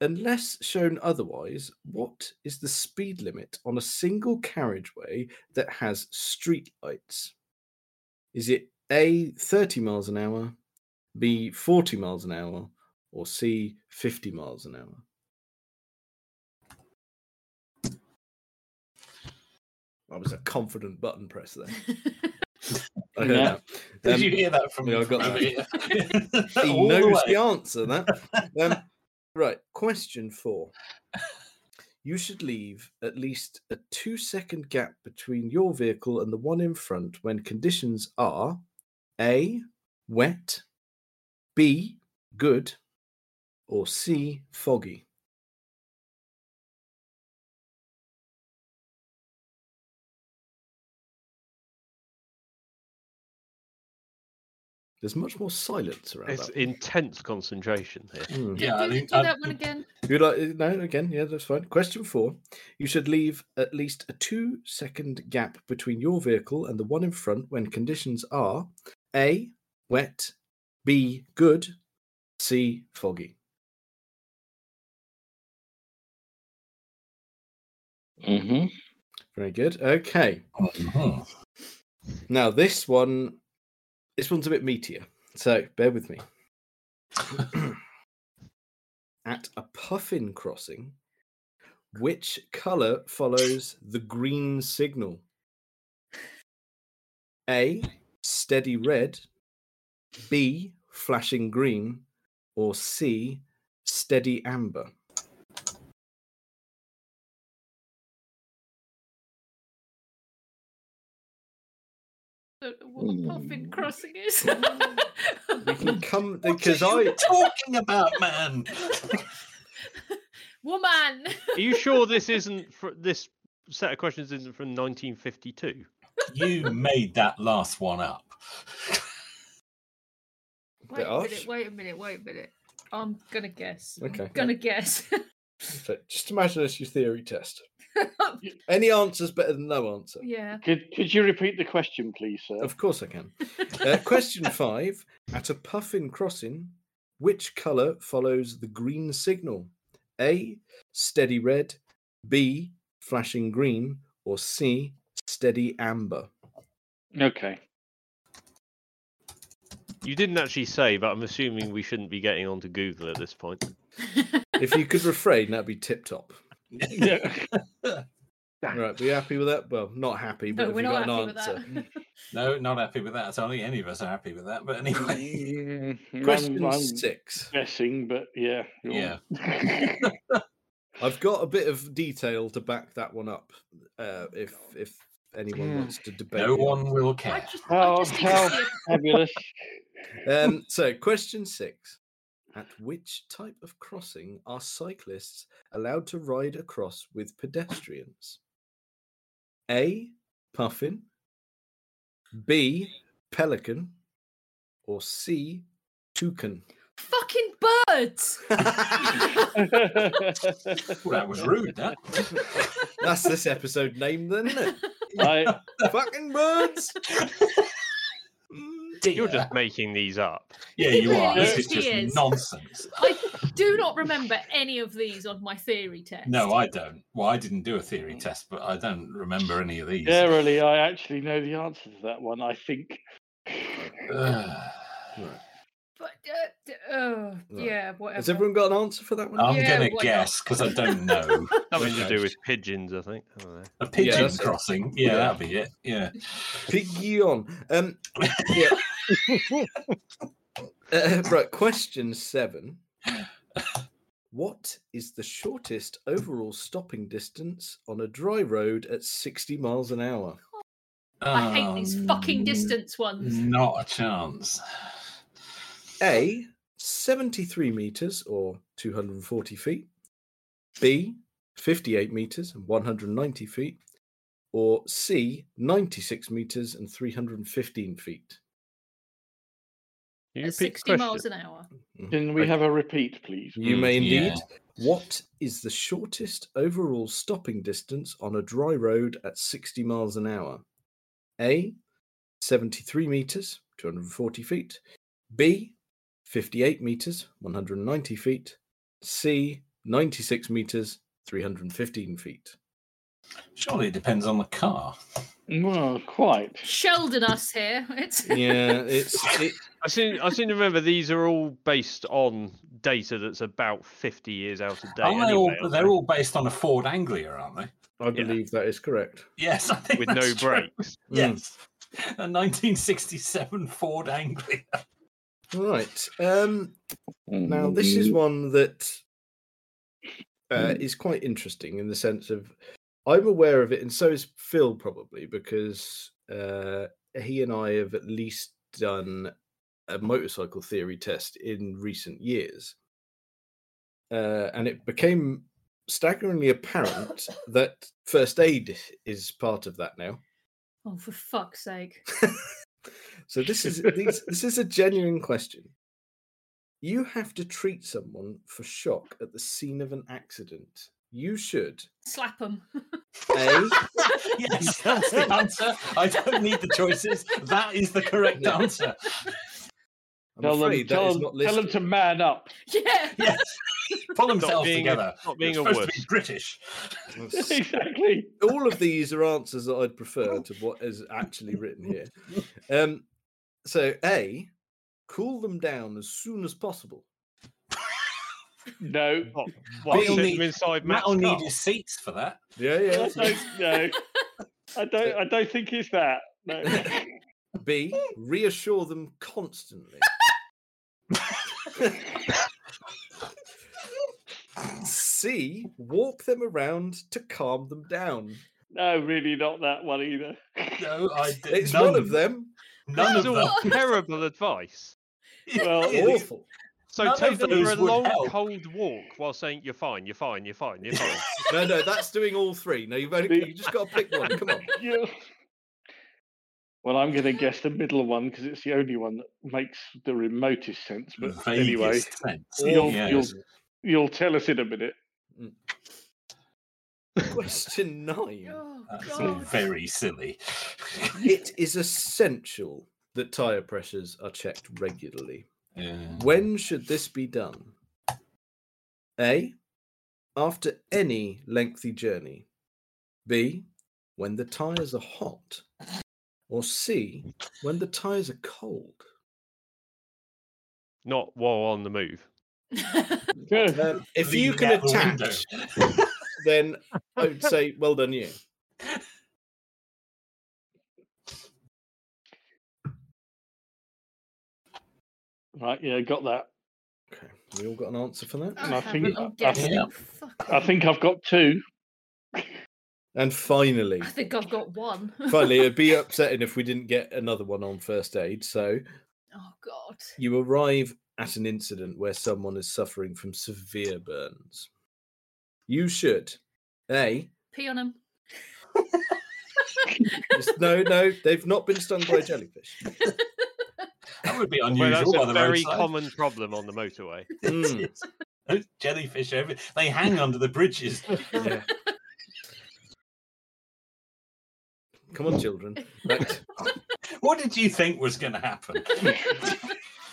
Unless shown otherwise, what is the speed limit on a single carriageway that has street lights? Is it A thirty miles an hour, B forty miles an hour, or C fifty miles an hour? That was a confident button press there. I heard
Yeah.
that.
Did
Um,
you hear that from
yeah, I
me?
got that.
that.
he
All the
knows
way.
the answer. That um, right. Question four. You should leave at least a two-second gap between your vehicle and the one in front when conditions are a wet, b good, or c foggy. There's much more silence around
It's
that.
intense concentration here.
Mm.
Do,
Yeah, I
do-
think
do
I-
that one again.
You like uh, no again? Yeah, that's fine. Question four: You should leave at least a two-second gap between your vehicle and the one in front when conditions are a wet, b good, c foggy.
Mm-hmm.
Very good. Okay,
Mhm.
now this one, this one's a bit meatier, so bear with me. at a puffin crossing, which color follows the green signal? A. Steady red. B. Flashing green. Or C. Steady amber.
don't know what a puffin
Mm.
crossing is.
We can come
What
because
are you
I
talking about, man?
Woman.
Are you sure this isn't fr this set of questions isn't from 1952?
you made that last one up.
Wait a
harsh.
minute, wait a minute, wait a minute. I'm gonna guess. I'm
Okay.
gonna guess.
So just imagine it's your theory test. Any answer's better than no answer.
yeah.
Could could you repeat the question, please, sir?
Of course I can. Uh, question five: At a puffin crossing, which color follows the green signal? A. Steady red. B. Flashing green. Or C. Steady amber.
Okay.
You didn't actually say, but I'm assuming we shouldn't be getting onto Google at this point.
If you could refrain, that'd be tip top.
Yeah.
Right, we happy with that? Well, not happy, but
No,
have
we're
you
not
got
happy
an
with
answer. Mm.
that.
No, not happy with that. I don't think any of us are happy with that. But anyway,
Mm, I'm-
Question
I'm
six.
guessing, but yeah. go on.
I've got a bit of detail to back that one up. Uh, if if anyone
Mm.
wants to debate,
no
me on
one will
I
care.
just, I
How
just need to see
how
a
fabulous.
Um, so, question six. At which type of crossing are cyclists allowed to ride across with pedestrians? A. Puffin. B. Pelican. Or C. Toucan.
fucking birds.
Oh, that was rude. That.
That's this episode name, then, isn't
I
it? Fucking birds.
You're just making these up.
yeah, you are. This
Yes,
is
he
just
is.
nonsense.
I do not remember any of these on my theory test.
No, I don't. Well, I didn't do a theory test, but I don't remember any of these.
generally I actually know the answer to that one, I think.
Ugh.
Right.
But uh, d- oh,
Right.
yeah, whatever.
Has everyone got an answer for that one?
I'm
Yeah,
gonna
why not?
guess because I don't know.
Something to
Okay.
do with pigeons, I think. I don't know.
A pigeon
that's it.
crossing. Yeah,
Yeah.
that'd be it. Yeah.
Pigeon. Um, yeah. Uh, right, question seven. What is the shortest overall stopping distance on a dry road at 60 miles an hour?
I hate these fucking
Um,
distance
Mm,
ones.
Not a chance.
A, 73 meters or 240 feet. B, 58 meters and 190 feet. Or C, 96 meters and 315 feet.
You
At
repeat the
60 miles
question?
an hour.
Mhm.
Can we
Okay.
have a repeat, please?
You
Mm,
may
yeah.
indeed. What is the shortest overall stopping distance on a dry road at 60 miles an hour? A, 73 meters, 240 feet. B, 58 meters, 190 feet. C, 96 meters, 315 feet.
Surely it depends on the car.
Well, quite.
Sheldon us here. It's
Yeah, it's it,
I seem, I seem to remember these are all based on data that's about 50 years out of date.
Aren't they all,
anyway, aren't
they're
they?
all based on a Ford Anglia, aren't they?
I
Yeah.
believe that is correct.
Yes, I think
with no
that's true.
brakes.
Mm.
Yes. A 1967 Ford Anglia.
Right. Um
Mm-hmm.
Now, this is one that uh, is quite interesting in the sense of I'm aware of it, and so is Phil probably because uh, he and I have at least done a motorcycle theory test in recent years, uh, and it became staggeringly apparent that first aid is part of that now.
oh, for fuck's sake!
So this is these, this is a genuine question. You have to treat someone for shock at the scene of an accident. You should
Slap them.
a
Yes, that's the answer. I don't need the choices. That is the correct
Yeah.
answer.
I'm
Tell them,
afraid that
tell,
is
them,
not
tell them
listed.
to man up.
yeah.
Yes. Pull
Stop
themselves
being a-
together.
stop
You're
being a
supposed to be
wuss.
British.
exactly.
All of these are answers that I'd prefer to what is actually written here. Um, so a cool them down as soon as possible.
No.
Oh,
What? what
Bill
sit
need-
them inside Matt's
Matt'll need
car?
his seats for that.
Yeah,
I
yeah.
don't, no. I don't. I don't think it's that. No.
B reassure them constantly. C walk them around to calm them down.
No, really not that one either.
No, I did.
It's
none,
one of them.
None
That's
of them.
all terrible advice.
Well,
It is.
Awful.
So
None of
take them for a
those would
long,
help.
cold walk while saying you're fine, you're fine, you're fine, you're fine.
No, no, that's doing all three. No, you've only you just got to pick one. Come on.
Yeah. Well, I'm going to guess the middle one because it's the only one that makes the remotest sense. But
Vaguest
anyway,
sense.
you'll,
Yes.
you'll you'll tell us in a minute.
Question nine.
Oh,
That's all
God.
very silly.
It is essential that tire pressures are checked regularly.
Yeah.
When should this be done? A. After any lengthy journey. B. When the tyres are hot. Or C. When the tyres are cold.
Not while on the move.
Um, if
Leaning
you can
out the window.
attach, then I would say, well done, you.
right, yeah, got that.
Okay, we all got an answer for that.
I
I think-
haven't, I'm
I
guessing.
think-
Fuck
I
off.
think I've got two.
And finally,
I think I've got one.
finally, it'd be upsetting if we didn't get another one on first aid. So
oh God.
you arrive at an incident where someone is suffering from severe burns. You should. A.
Pee on him.
just- no, no, they've not been stung by a jellyfish.
That would be
Well,
unusual
that's
by
a
the
very
roadside.
common problem on the motorway.
Mm,
Those jellyfish, over, they hang under the bridges.
yeah. Come on, children. Right.
What did you think was going to happen?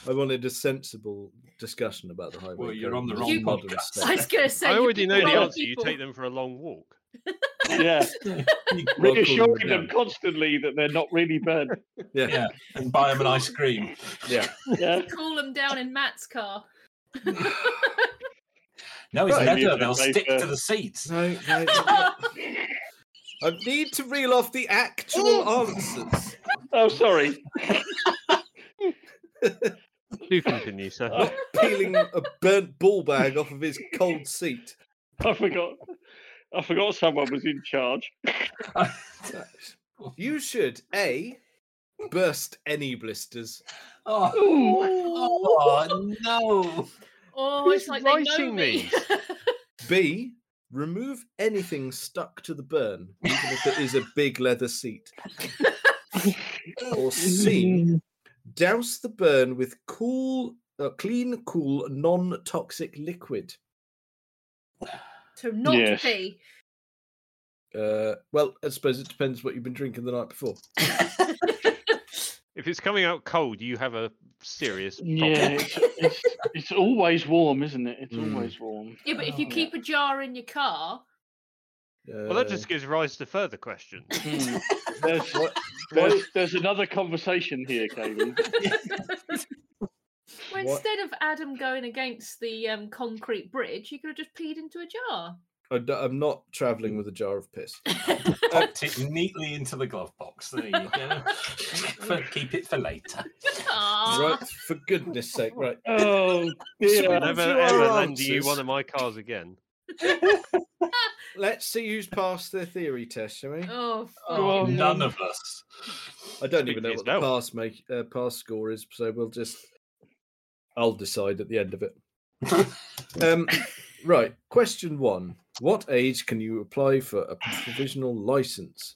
I wanted a sensible discussion about the highway.
Well, you're on the
code,
wrong
not modern
podcast.
stuff.
I was going to say.
I
you
already
picked
know the
wrong
answer. You
people.
take them for a long walk.
Yeah,
Well, cool,
reassuring
yeah.
them constantly that they're not really burnt.
Yeah.
Yeah. and buy them an ice cream.
Yeah.
Yeah,
Cool them down in Matt's car.
No, it's
Right.
leather.
Leave
They'll
them
stick
safer.
to the seats.
No, no, no, no. I need to reel off the actual answers.
oh, sorry.
Do continue, sir.
Oh,
Peeling a burnt ball bag off of his cold seat.
I forgot. I forgot someone was in charge.
You should A burst any blisters.
Oh, oh, no.
Oh,
Who's
it's like they know
writing
me.
these?
B remove anything stuck to the burn, even if it is a big leather seat. or C douse the burn with cool uh, clean, cool, non-toxic liquid.
to not
Yes.
pee.
Uh, well, I suppose it depends what you've been drinking the night before.
If it's coming out cold, you have a serious problem.
Yeah, it's, it's, it's always warm, isn't it? It's
Mm.
always warm.
Yeah, but if you
Oh.
keep a jar in your car,
Uh,
Well, that
Uh.
just gives rise to further questions.
Hmm. There's,
What-
there's, there's another conversation here, Kaylee.
well,
What?
instead of Adam going against the um, concrete bridge, you could have just peed into a jar.
Uh, I d- I'm not traveling with a jar of piss.
Popped it neatly into the glove box. There you go. For- keep it for later.
Aw.
Right, for goodness sake, right.
Oh,
Should we
dear.
Never
you our
ever lend you
answers.
one of my cars again.
Let's see who's passed their theory test, shall we?
Oh,
Oh,
Well,
fuck.
none
no.
of us.
I don't
speak
even
for
know what the
yourself.
pass make uh, pass score is, so we'll just I'll decide at the end of it. um, right, question one: What age can you apply for a provisional license?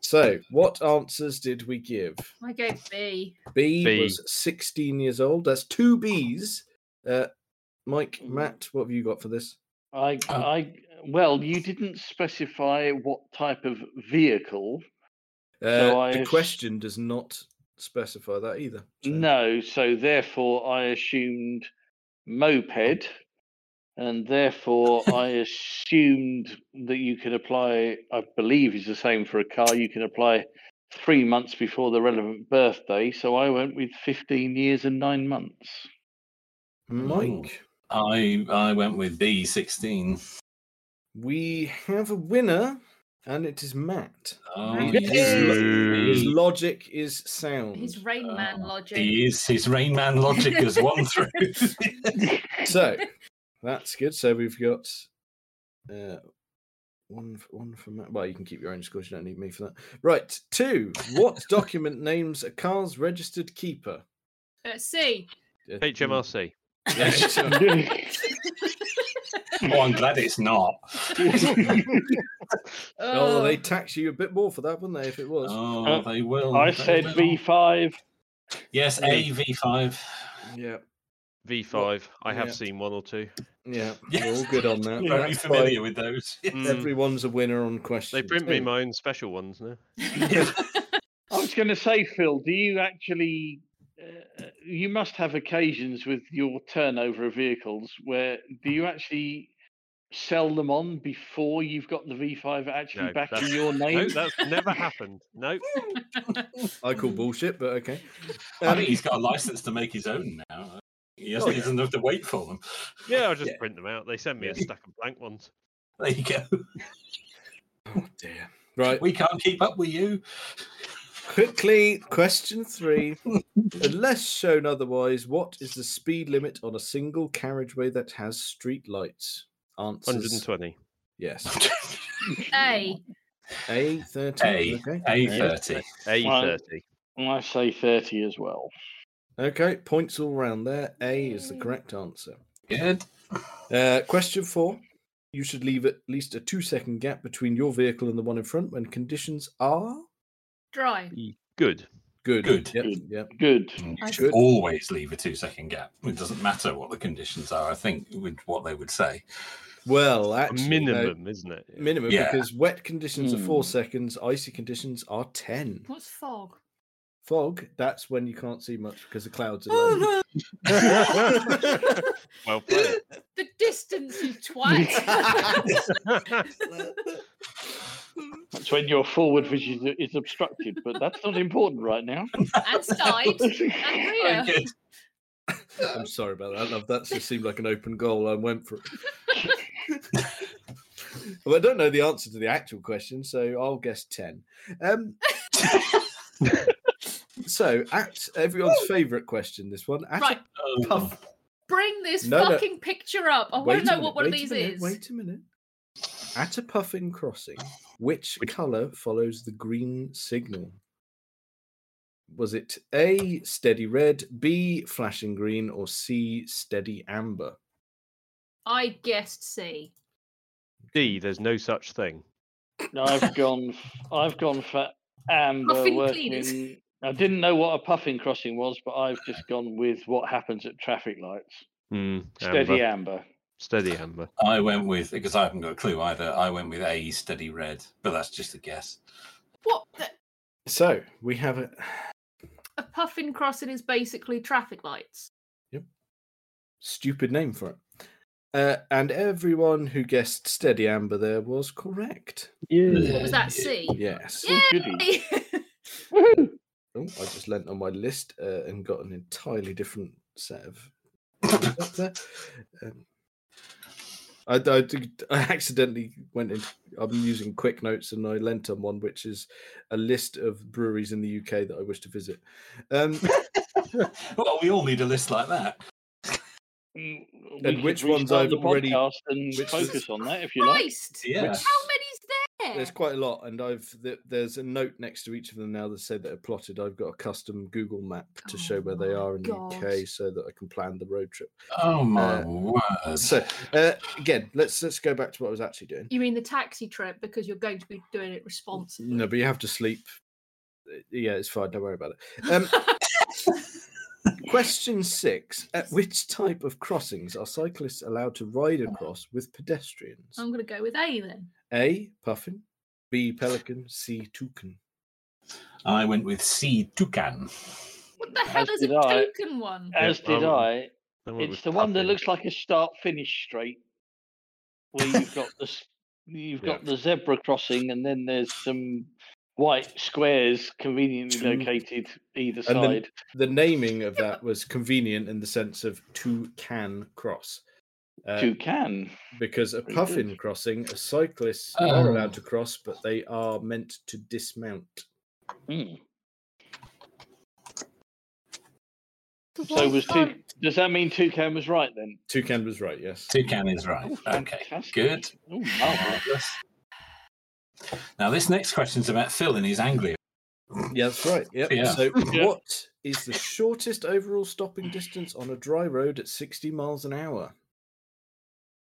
So, what answers did we give?
I gave B.
B,
B.
was 16 years old. That's two B's. Uh, Mike,
Mm.
Matt, what have you got for this?
I,
Oh.
I, well, you didn't specify what type of vehicle.
Uh,
So I
the
ass-
question does not specify that either. so-
No, so therefore I assumed moped, and therefore I assumed that you can apply. I believe is the same for a car. You can apply three months before the relevant birthday. So I went with fifteen years and nine months.
Mike,
I I went with B sixteen.
we have a winner, and it is Matt.
Oh,
Right.
yes.
His
He-
logic is sound.
His Rain Man
Oh,
logic.
He is his Rain Man logic has won through.
So that's good. So we've got uh, One, for, one for Matt. Well, you can keep your own scores. You don't need me for that. Right. Two. What document names a car's registered keeper?
Uh, C.
Uh,
Hmm.
HMRC.
yeah, sure.
Oh, I'm glad it's not.
oh, they tax you a bit more for that, wouldn't they? If it was.
Oh,
Uh,
they will.
I
they
said
will.
V5.
Yes, A V five. Oh.
Yeah.
V5. I have
Yeah.
seen one or two.
Yeah.
Yeah.
We're all good on that.
Very
That's why
familiar with those.
Mm,
Everyone's a winner on question.
They print me
two.
my own special ones now.
I was going to say, Phil, do you actually? Uh, you must have occasions with your turnover of vehicles where do you actually sell them on before you've got the V5 actually
No,
back in
that's-
your name?
No, that's never happened. No.
I call bullshit, but okay.
I think he's got a license to make his own now. He doesn't,
Um, Oh,
he doesn't have to wait for them.
Yeah, I'll just
Yeah.
print them out. They send me a
Yeah.
stack of blank ones.
There you go.
Oh dear. Right.
We can't keep up with you.
Quickly, question three. Unless shown otherwise, what is the speed limit on a single carriageway that has street lights? Answers.
120.
Yes.
A.
A
A.
thirteen. Okay.
A thirty.
A30.
And I say 30 as well.
Okay. Points all round there. A is the correct answer.
Good.
Uh, question four. You should leave at least a two-second gap between your vehicle and the one in front when conditions are
Dry.
Good.
good.
Good.
Yep.
Good.
Yep.
Good.
You
I
should
see.
always leave a two second gap. It doesn't matter what the conditions are, I think, with what they would say.
Well,
A
actually, no,
minimum, isn't it? Yeah.
minimum
Yeah.
because wet conditions are four
Mm.
seconds, icy conditions are ten.
What's fog?
Fog, that's when you can't see much because the clouds are
Oh,
low.
Well played.
The distance, you twat.
That's when your forward vision i- is obstructed, but that's not important right now.
and side. And rear.
Good.
I'm sorry about that, love. That just seemed like an open goal. I went for it. well, I don't know the answer to the actual question, so I'll guess ten. Um, so, at everyone's favourite question, this one at
Right.
Oh,
a pub.
Bring this
No, no.
fucking picture up. I want
Wait
to
a
know
minute,
Oh, what one of
wait a
these
minute,
is.
Wait a minute. At a puffin crossing, which colour follows the green signal? Was it A, steady red, B, flashing green, or C, steady amber?
I guessed C.
D, there's no such thing.
I've gone. f- I've gone for amber.
Puffin
working
cleaners.
in- I didn't know what a puffin crossing was, but I've just gone with what happens at traffic lights.
Mm,
Steady
amber.
amber.
Steady amber.
I went with because I haven't got a clue either. I went with A steady red, but that's just a guess.
What? The...
So we have a.
A puffin crossing is basically traffic lights.
stupid name for it. Uh, and everyone who guessed Steady Amber there was correct.
Yeah.
Was that C?
Yes.
Oh, goody.
Yay!
Woohoo.
Oh, I just lent on my list uh, and got an entirely different set of. up there. Um, I, I, did- I accidentally went in. I'm using Quick Notes and I lent on one, which is a list of breweries in the UK that I wish to visit. Um,
well, we all need a list like that.
Mm, we
And
could
which ones
restart
I've
the
already-
podcast and
which
focus
is-
on that if you like.
Christ!
Yeah.
Which-
How many's there?
There's quite a lot, and I've th- there's a note next to each of them now that said that are plotted. I've got a custom Google map to show
Oh
where they
my
are in
God.
the UK, so that I can plan the road trip.
Oh my
Uh,
word!
So uh, again, let's let's go back to what I was actually doing.
You mean the taxi trip because you're going to be doing it responsibly.
No, but you have to sleep. Uh, Yeah, it's fine. Don't worry about it. Um, question six: At which type of crossings are cyclists allowed to ride across with pedestrians?
Um,
I'm going to go with A then.
A. Puffin. B. Pelican. C. Toucan.
I went with C toucan.
What the hell
As
is a
did I.
token one?
Yeah,
As
I
did
wouldn't-
I.
I went
It's
with
the one that
puffin.
looks like a start finish straight, where you've got the s- you've
Yeah.
got the zebra crossing, and then there's some white squares conveniently
Two-
located either
And then-
side.
the naming of that was convenient in the sense of two can cross. Uh,
Two can.
because a
Very good.
puffin crossing, a cyclists are allowed
Oh.
to cross, but they are meant to dismount. Hmm.
Mm.
The
So
one
was two.
front-
Does that mean two can was right then?
Toucan was right, yes.
Toucan is right.
Oh,
Okay,
fantastic.
good.
Oh, marvellous.
Marvellous. Now, this next question is about Phil in his Anglia.
Yeah, that's right. Yep.
Yeah.
So,
Yeah.
what is the shortest overall stopping distance on a dry road at 60 miles an hour?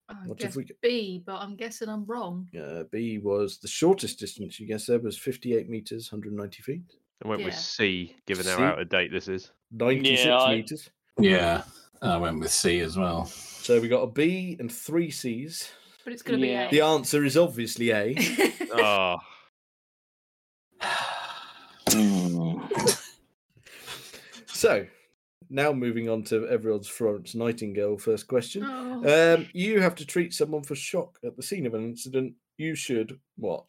I
What if
guess
we-
B, but I'm guessing I'm wrong.
Uh, B was the shortest distance you guessed there was 58 meters, 190 feet,
I went with
Yeah.
C, given how
C?
out of date this is.
96
I-
meters.
Yeah, I went with C as well.
So, we got a B and three C's.
But it's going to
Yeah.
be
The answer is obviously A.
A.
Um,
Oh,
Hmm. So, now moving on to everyone's Florence Nightingale first question.
Oh.
Um, you have to treat someone for shock at the scene of an incident. You should what?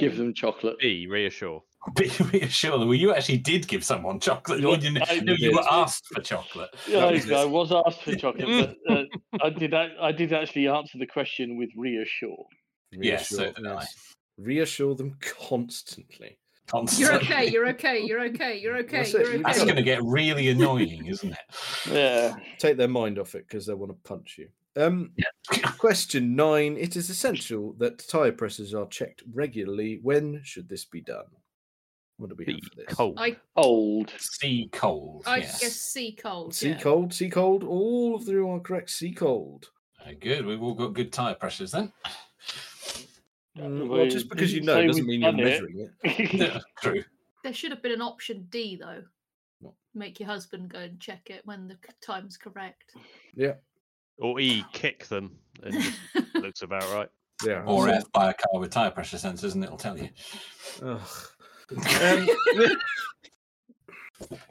Give
B.
them chocolate.
B, reassure.
Be reassured, well, you actually did give someone chocolate.
Yeah,
or you, kn-
I
no, you
did.
were asked for chocolate.
Yeah,
That
I,
was
I
it.
was asked for chocolate, but uh, I did. ac- I did actually answer the question with reassure.
Yes, so did I.
Reassure them constantly.
Constantly.
You're okay. You're okay. You're okay. You're okay.
That's it,
you're
you've
That's
okay.
got it.
going to get really annoying, isn't it?
Yeah,
Take their mind off it because they want to punch you. Um, question nine. It is essential that tire presses are checked regularly. When should this be done? What do we have
B,
for this?
cold.
I,
old.
Sea cold.
I
yes.
guess C cold.
Sea
yeah.
cold, sea cold. All of you are correct. Sea cold.
Very Uh, good. We've all got good tire pressures then.
Mm, well, just
we
because you
didn't
know
say
doesn't mean
we've
you're
done it.
measuring it.
Yeah, True.
There should have been an option D though.
What?
Make your husband go and check it when the c- time's correct.
Or E, kick them. It just looks about right.
Yeah.
Or
so-
F by a car with tire pressure sensors, and it'll tell you.
Ugh.
Um,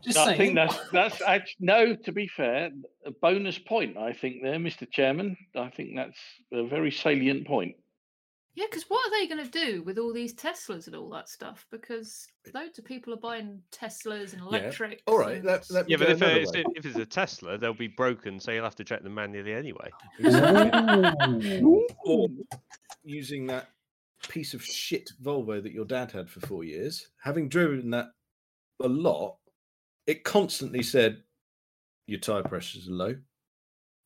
Just
I
saying.
think that's that's act- no. To be fair, a bonus point. I think there, Mr. Chairman. I think that's a very salient point.
yeah, because what are they going to do with all these Teslas and all that stuff? Because loads of people are buying Teslas and electric.
All right. Let, let me
Yeah, but
go
if, uh,
another
it's
way.
a, if it's a Tesla, they'll be broken, so you'll have to check them manually anyway.
Exactly.
Ooh.
or using that piece of shit Volvo that your dad had for four years, having driven that a lot, it constantly said your tire pressures are low.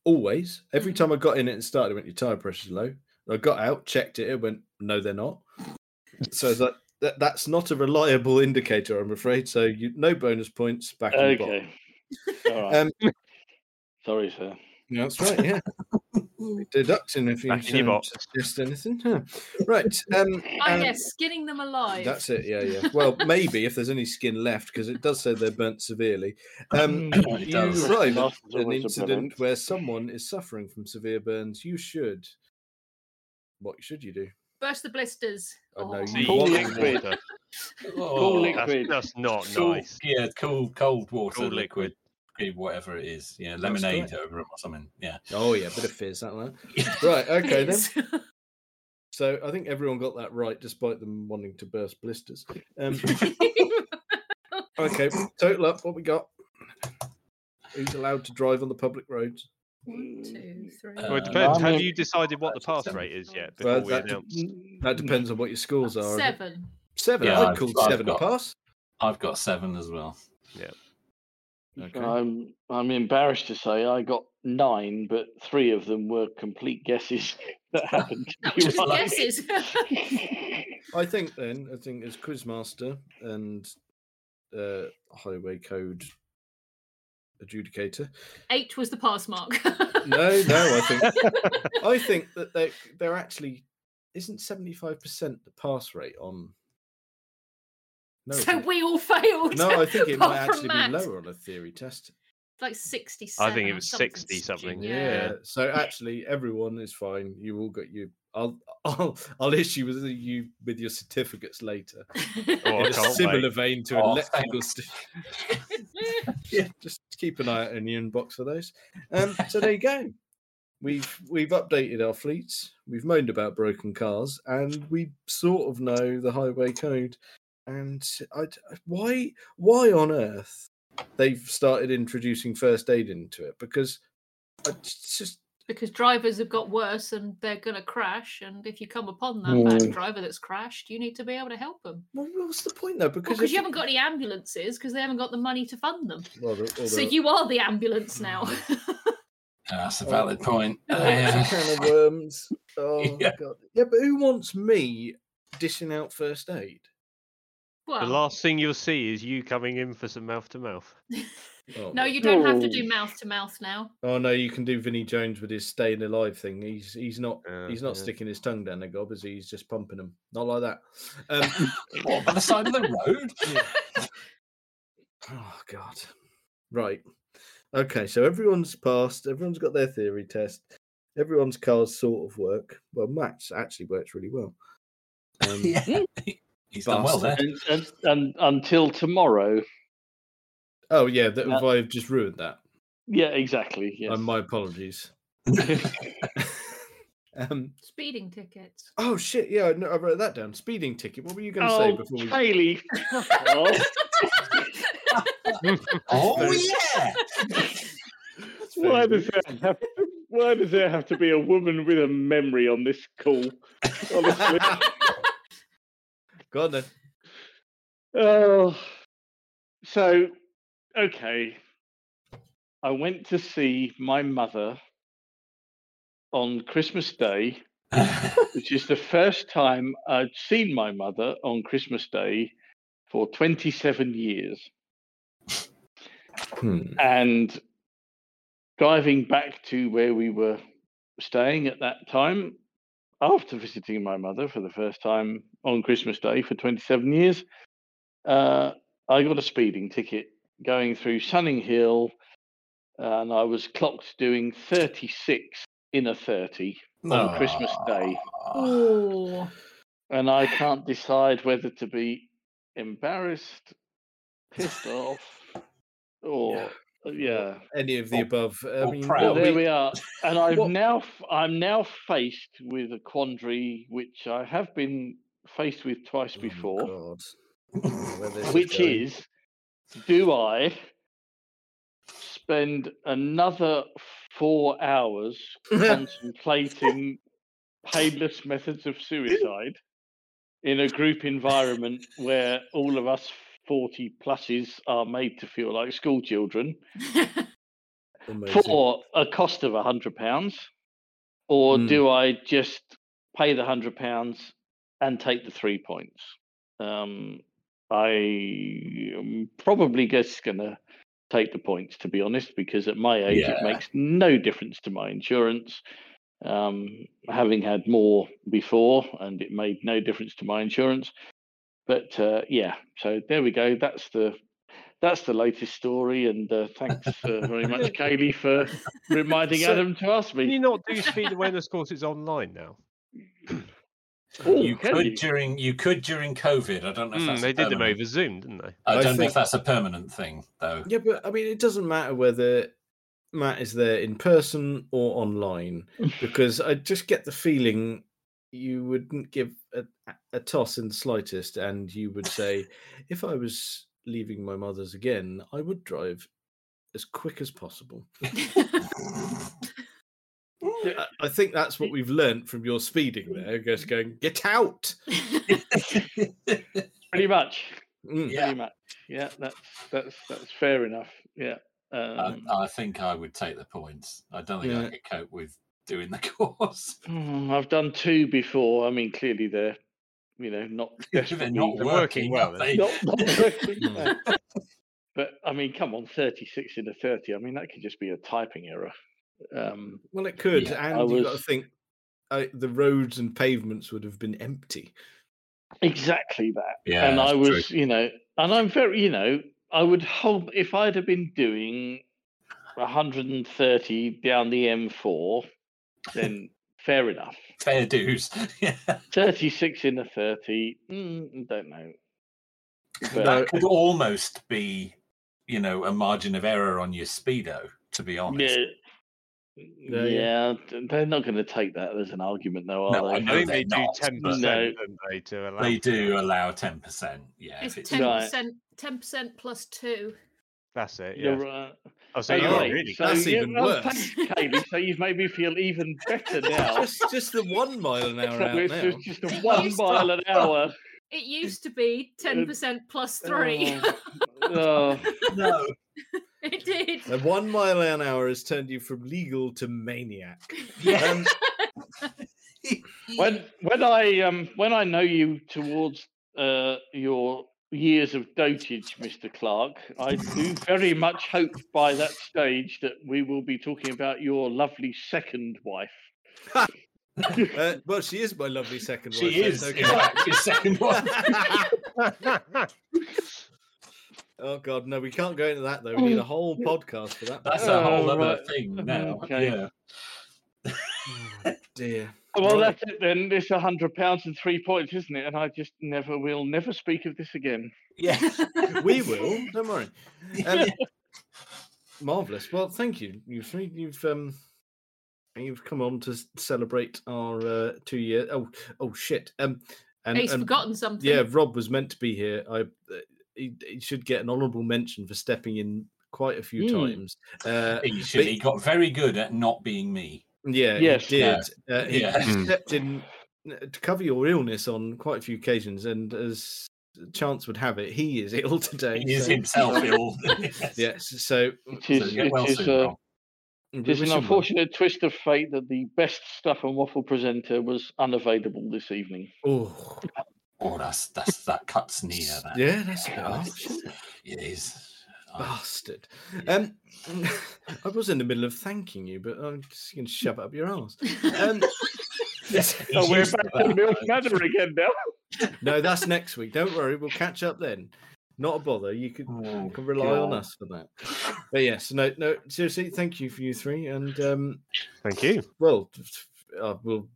Always, every
Mhm.
Mm-hmm.
time I got in it and started, it went your tire pressures are low. I got out, checked it, it went no, they're not. So it's like that, that's not a reliable indicator, I'm afraid. So you no bonus points back. in the box.
Okay. All right.
Um,
Sorry, sir.
Yeah, That's right. Yeah, deducting if you
Back in your
um,
box.
suggest anything. Huh. Right. Um,
I
and-
guess skinning them alive.
That's it. Yeah, yeah. Well, maybe if there's any skin left, because it does say they're burnt severely. Um,
Mm, It
you
does.
arrive at
Last is
an
always a
incident
prevent.
where someone is suffering from severe burns. You should. What should you do?
Burst the blisters.
I know
Oh.
See,
you
Cool
want
kick
to do
liquid.
water.
Oh,
liquid.
That's, that's not
cool-
nice.
Yeah, cool, cold water,
Cool
liquid,
liquid.
eh, whatever it is. Yeah,
That's great.
lemonade over it or something. Yeah.
that. Oh yeah, bit of fizz, that one. Right. Okay then.
Please.
So I think everyone got that right, despite them wanting to burst blisters. Um, okay, total up. What we got? Who's allowed to drive on the public roads?
One, two, three.
Well, it
Uh,
depends.
I'm
Have
a-
you decided what the pass
Seven.
rate is yet
Well,
before we
that-
announce?
That depends on what your scores are. I think.
Seven.
Seven.
Yeah,
I'd
I've-
call
I've
seven a
got-
pass.
I've got seven as well.
Okay.
I'm I'm embarrassed to say I got nine, but three of them were complete guesses that happened. to
That
be
was just
right.
guesses.
I think then, I think as Quizmaster and uh, Highway Code Adjudicator.
Eight was the pass mark.
No, no, I think I think that they they're actually isn't seventy five percent the pass rate on. No, I
so
think-
we all failed.
no, I think it might
apart
actually
from
be
Matt.
lower on a theory test.
Like 67.
I think it
or
was
something
60 something.
stupid,
Yeah. So actually, everyone is fine. You all got you. I'll I'll I'll issue with you with your certificates later.
Oh,
in
I
a
can't wait.
similar vein to
Oh,
electrical st- yeah, just keep an eye out in your inbox for those. Um, so there you go. We've we've updated our fleets. We've moaned about broken cars, and we sort of know the highway code. And I, d- why why on earth they've started introducing first aid into it? Because it's just
because drivers have got worse and they're going to crash. And if you come upon that
Mm.
bad driver that's crashed, you need to be able to help them.
well, what's the point though?
Because
Because if
you haven't got any ambulances because they haven't got the money to fund them.
well, the- all
So
the- Mm.
you are the ambulance now.
that's a
Oh.
valid point. um,
Oh, it's a
Yeah.
can of worms. Oh
Yeah.
god. Yeah, but who wants me dishing out first aid?
The
Well,
last thing you'll see is you coming in for some mouth to mouth.
Oh,
no,
well.
you don't have to
Oh.
do mouth to mouth now.
Oh no, you can do Vinnie Jones with his staying alive thing. He's he's not
Yeah,
he's not
yeah.
sticking his tongue down the gob, is he? He's just pumping them. Not like that. Um,
What, by the side of the road?
oh god. Right. Okay, so everyone's passed, everyone's got their theory test, everyone's cars sort of work. Well, Matt's actually works really well. Um,
yeah. He's done well there.
Bastard.
And, and, and until tomorrow.
Oh yeah, that
Yeah.
if I've just ruined that.
Yeah, exactly. Yes.
Uh, my apologies. um,
Speeding tickets.
oh shit, yeah, I, kn- I wrote that down. Speeding ticket. What were you going to say
oh,
before we?
Kaylee. oh,
Oh,
Very-
yeah.
why
Very
does there have why does there have to be a woman with a memory on this call? Honestly.
Go on then.
Oh, so okay. I went to see my mother on Christmas Day, which is the first time I'd seen my mother on Christmas Day for 27 years.
Hmm.
And driving back to where we were staying at that time, after visiting my mother for the first time on Christmas Day for 27 years, uh, I got a speeding ticket going through Sunning Hill, and I was clocked doing 36 in a 30 on Christmas Day.
Oh,
And I can't decide whether to be embarrassed, pissed off, or uh, yeah.
Any of the
Or-
above. I
or
mean,
proud.
Well,
what
Well,
there
we-
we are, and I've
what-
now f- I'm now faced with a quandary which I have been faced with twice
Oh,
before,
God. Oh, where this
which
going.
is, do I spend another four hours contemplating painless methods of suicide in a group environment where all of us forty pluses are made to feel like school children?
Amazing.
for a cost of a hundred pounds, or
Mm.
do I just pay the hundred pounds and take the three points? Um, I am probably just gonna take the points to be honest, because at my age it
Yeah.
makes no difference to my insurance. Um, having had more before, and it made no difference to my insurance. But uh, yeah, so there we go. That's the that's the latest story, and uh, thanks uh, very much, Kaylee, for reminding
So-
Adam to ask
Can you
me.
not do speed awareness courses online now?
Oh,
you
can
could
you?
during you could during COVID. I don't know if
Mm,
that's a
they did them
permanent-
over Zoom, didn't they?
I
I
don't know
think-
if that's a permanent thing though.
Yeah, but I mean, it doesn't matter whether Matt is there in person or online because I just get the feeling you wouldn't give a, a toss in the slightest, and you would say, if I was leaving my mother's again, I would drive as quick as possible. I, I think that's what we've learnt from your speeding
Mm.
there. Just going, get out.
Pretty much,
Mm.
yeah,
pretty much. Yeah, that's that's that's fair enough. Yeah. Um,
I, I think I would take the points. I don't think
Yeah.
I could cope with doing the course.
mm, I've done two before. I mean, clearly they're, you know, not
If they're
desperately-
not
they're
working,
working well,
are
then.
they?
not, not working,
Mm.
no. But I mean, come on, thirty-six in a thirty. I mean, that could just be a typing error. Um,
Well, it could,
Yeah,
and
I
you've got to
was-
think uh, the roads and pavements would have been empty.
exactly that.
yeah,
and I
that's true.
was, you know, and I'm very, you know, I would hope if I'd have been doing 130 down the M4, then fair enough.
fair dues. yeah.
36 in a 30, mm, don't know. But
No,
That could almost be, you know, a margin of error on your speedo. To be honest,
yeah,
No, yeah.
yeah, th- they're not going to take that as an argument, though,
No,
are
I
they?
know
I think
they're
they do
not,
ten
but-
percent,
No.
don't they, to allow
they
for
do uh,
that.
allow ten percent. Yeah,
it's
if it's
ten
Right.
percent. Ten percent plus two.
That's it. Yeah.
You're right.
Oh, so
Oh,
you're
yeah.
right, really.
So,
That's
yeah,
even
well,
worse.
thanks, Kaylee. So you've made me feel even better now.
just, just the one mile an hour
So
out
it's
now.
just, just a one mile an hour.
It used to be
Uh,
ten percent plus three.
Oh, oh.
no,
it did.
The one mile Um, an hour has turned you from legal to maniac.
yeah,
Um,
Oh, when when I um when I know you towards uh your years of dotage, Mr. Clark, I do very much hope by that stage that we will be talking about your lovely second wife.
Uh, well, she is my lovely second wife.
She is,
so
in fact, his second one.
oh God, no, we can't go into that though. We need a whole podcast for that.
That's
oh,
a whole
Oh,
other
right.
thing now.
Okay.
Yeah.
dear.
Well,
Right.
that's it then. It's a hundred pounds and three points, isn't it? And I just never will never speak of this again.
Yes, we will. Don't worry. Um, marvelous. Well, thank you. You three, you've um, you've come on to s- celebrate our uh, two year. Oh, oh shit. Um, and,
He's
and
forgotten something.
yeah, Rob was meant to be here. I uh, he, he should get an honourable mention for stepping in quite a few
Mm.
times. Uh,
Hmm. He, should, he got very good at not being me.
Yeah,
Yes.
he
Yeah.
did. Uh, he
Yeah. Hmm.
he
Mm.
stepped in uh, to cover your illness on quite a few occasions, and as chance would have it, he is ill today.
He is
so-
himself ill. Yes.
Yes, so
It
So
is,
get well
it is,
soon,
uh,
Rob.
we
it
wish
is an
him well.
unfortunate twist of fate that the best stuff and waffle presenter was unavailable this evening.
Oh,
Oh, that's, that's, that cuts near that.
yeah, that's a bit
Yeah,
harsh, isn't it?
It is. Oh,
bastard. Um, I was in the middle of thanking you, but I'm just going to shove it up your arse. Um,
he's
Oh, we're
used to
back
that.
to Milk Manor again now.
no, that's next week. Don't worry, we'll catch up then. Not a bother. You could
Oh,
can rely on
God.
us for that. But yes, no, no, seriously, thank you for you three, and um,
Thank you.
well, t- t- uh, we'll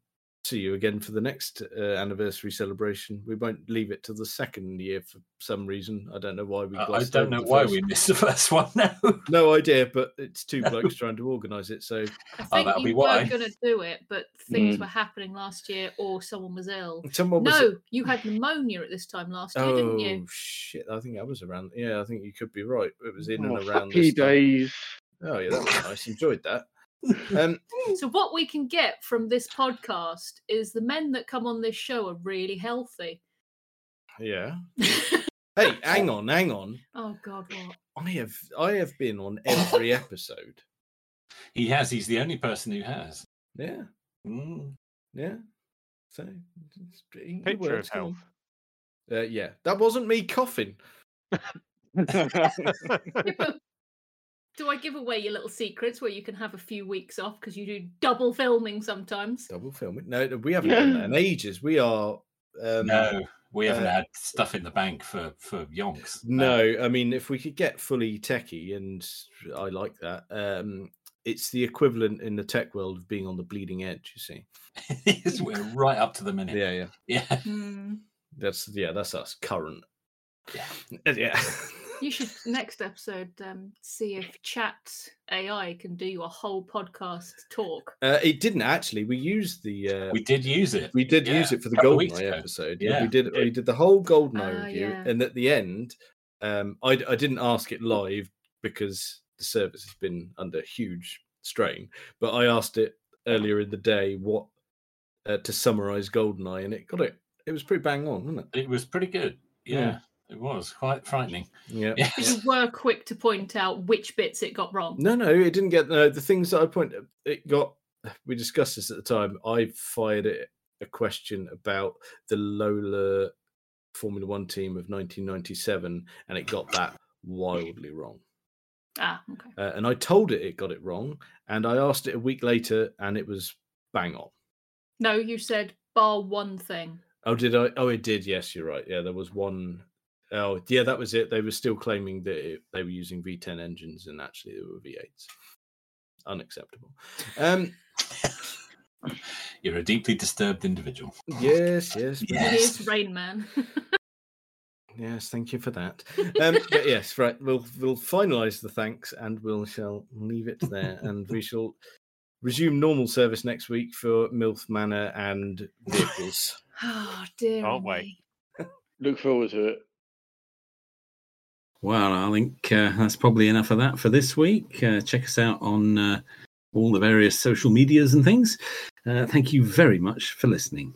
see you again for the next uh, anniversary celebration. We won't leave it to the second year for some reason. I don't know why we.
I- I
glossed
don't
over
know
the
why
first-
we missed the first one now.
No idea, but it's two blokes trying to organise it. So
I think
that'll
you
be
were
why.
going to do it, but things were happening last year, or someone was ill.
someone Mm. was.
No, you had pneumonia at this time last year,
Oh
didn't you?
shit! I think I was around. Yeah, I think you could be right. It was in
Oh,
and around.
happy
This time.
days.
Oh yeah, that was nice. Enjoyed that.
Uh,
Um,
So what we can get from this podcast is the men that come on this show are really healthy.
yeah. Hey, hang on, hang on.
Oh God, what?
I have I have been on every episode.
he has. He's the only person who has.
Yeah,
Mm.
yeah. So it's- it
Picture of
works, come
health.
on. Uh, yeah, that wasn't me coughing.
Do I give away your little secrets where you can have a few weeks off because you do double filming sometimes?
Double filming. No, no, we haven't done that in ages. We are. Um,
No, we haven't
uh,
had stuff in the bank for for yonks. Um,
no, I mean, if we could get fully techie, and I like that. Um, it's the equivalent in the tech world of being on the bleeding edge. You see.
Yes, we're right up to the minute.
Yeah, yeah.
Yeah.
Hmm.
That's yeah. That's us current.
Yeah.
yeah.
You should next episode um, see if Chat AI can do you a whole podcast talk.
Uh, it didn't actually. We used the. Uh,
we did use it.
We did
Yeah,
use it for the
couple of weeks
Goldeneye
ago.
episode. Yeah, we
Yeah.
did. We did the whole Goldeneye
Ah,
review,
yeah.
and at the end, um, I, d- I didn't ask it live because the service has been under huge strain. But I asked it earlier in the day what uh, to summarize Goldeneye, and it got it. It was pretty bang on, wasn't
It was pretty good.
Yeah.
Yeah, it was quite frightening.
it? Yeah.
Yeah.
But you were quick to point out which bits it got wrong.
No, no, it didn't get no, the things that I point. It got. We discussed this at the time. I fired it a question about the Lola Formula One team of 1997, and it got that wildly wrong.
Ah, okay.
Uh, and I told it it got it wrong, and I asked it a week later, and it was bang on.
No, you said bar one thing.
Oh, did I? Oh, it did. Yes, you're right. Yeah, there was one oh yeah, that was it. They were still claiming that it, they were using V10 engines, and actually they were V8s. Unacceptable. Um,
You're a deeply disturbed individual.
Yes, yes, but-
Yeah.
Here's
Yes.
Rain Man.
yes. Thank you for that. Um, but yes, right. We'll we'll finalise the thanks, and we'll shall leave it there, and we shall resume normal service next week for Milth Manor and vehicles.
oh dear.
Can't wait.
me.
Look forward to it.
Well, I think uh, that's probably enough of that for this week. Uh, check us out on uh, all the various social medias and things. Uh, thank you very much for listening.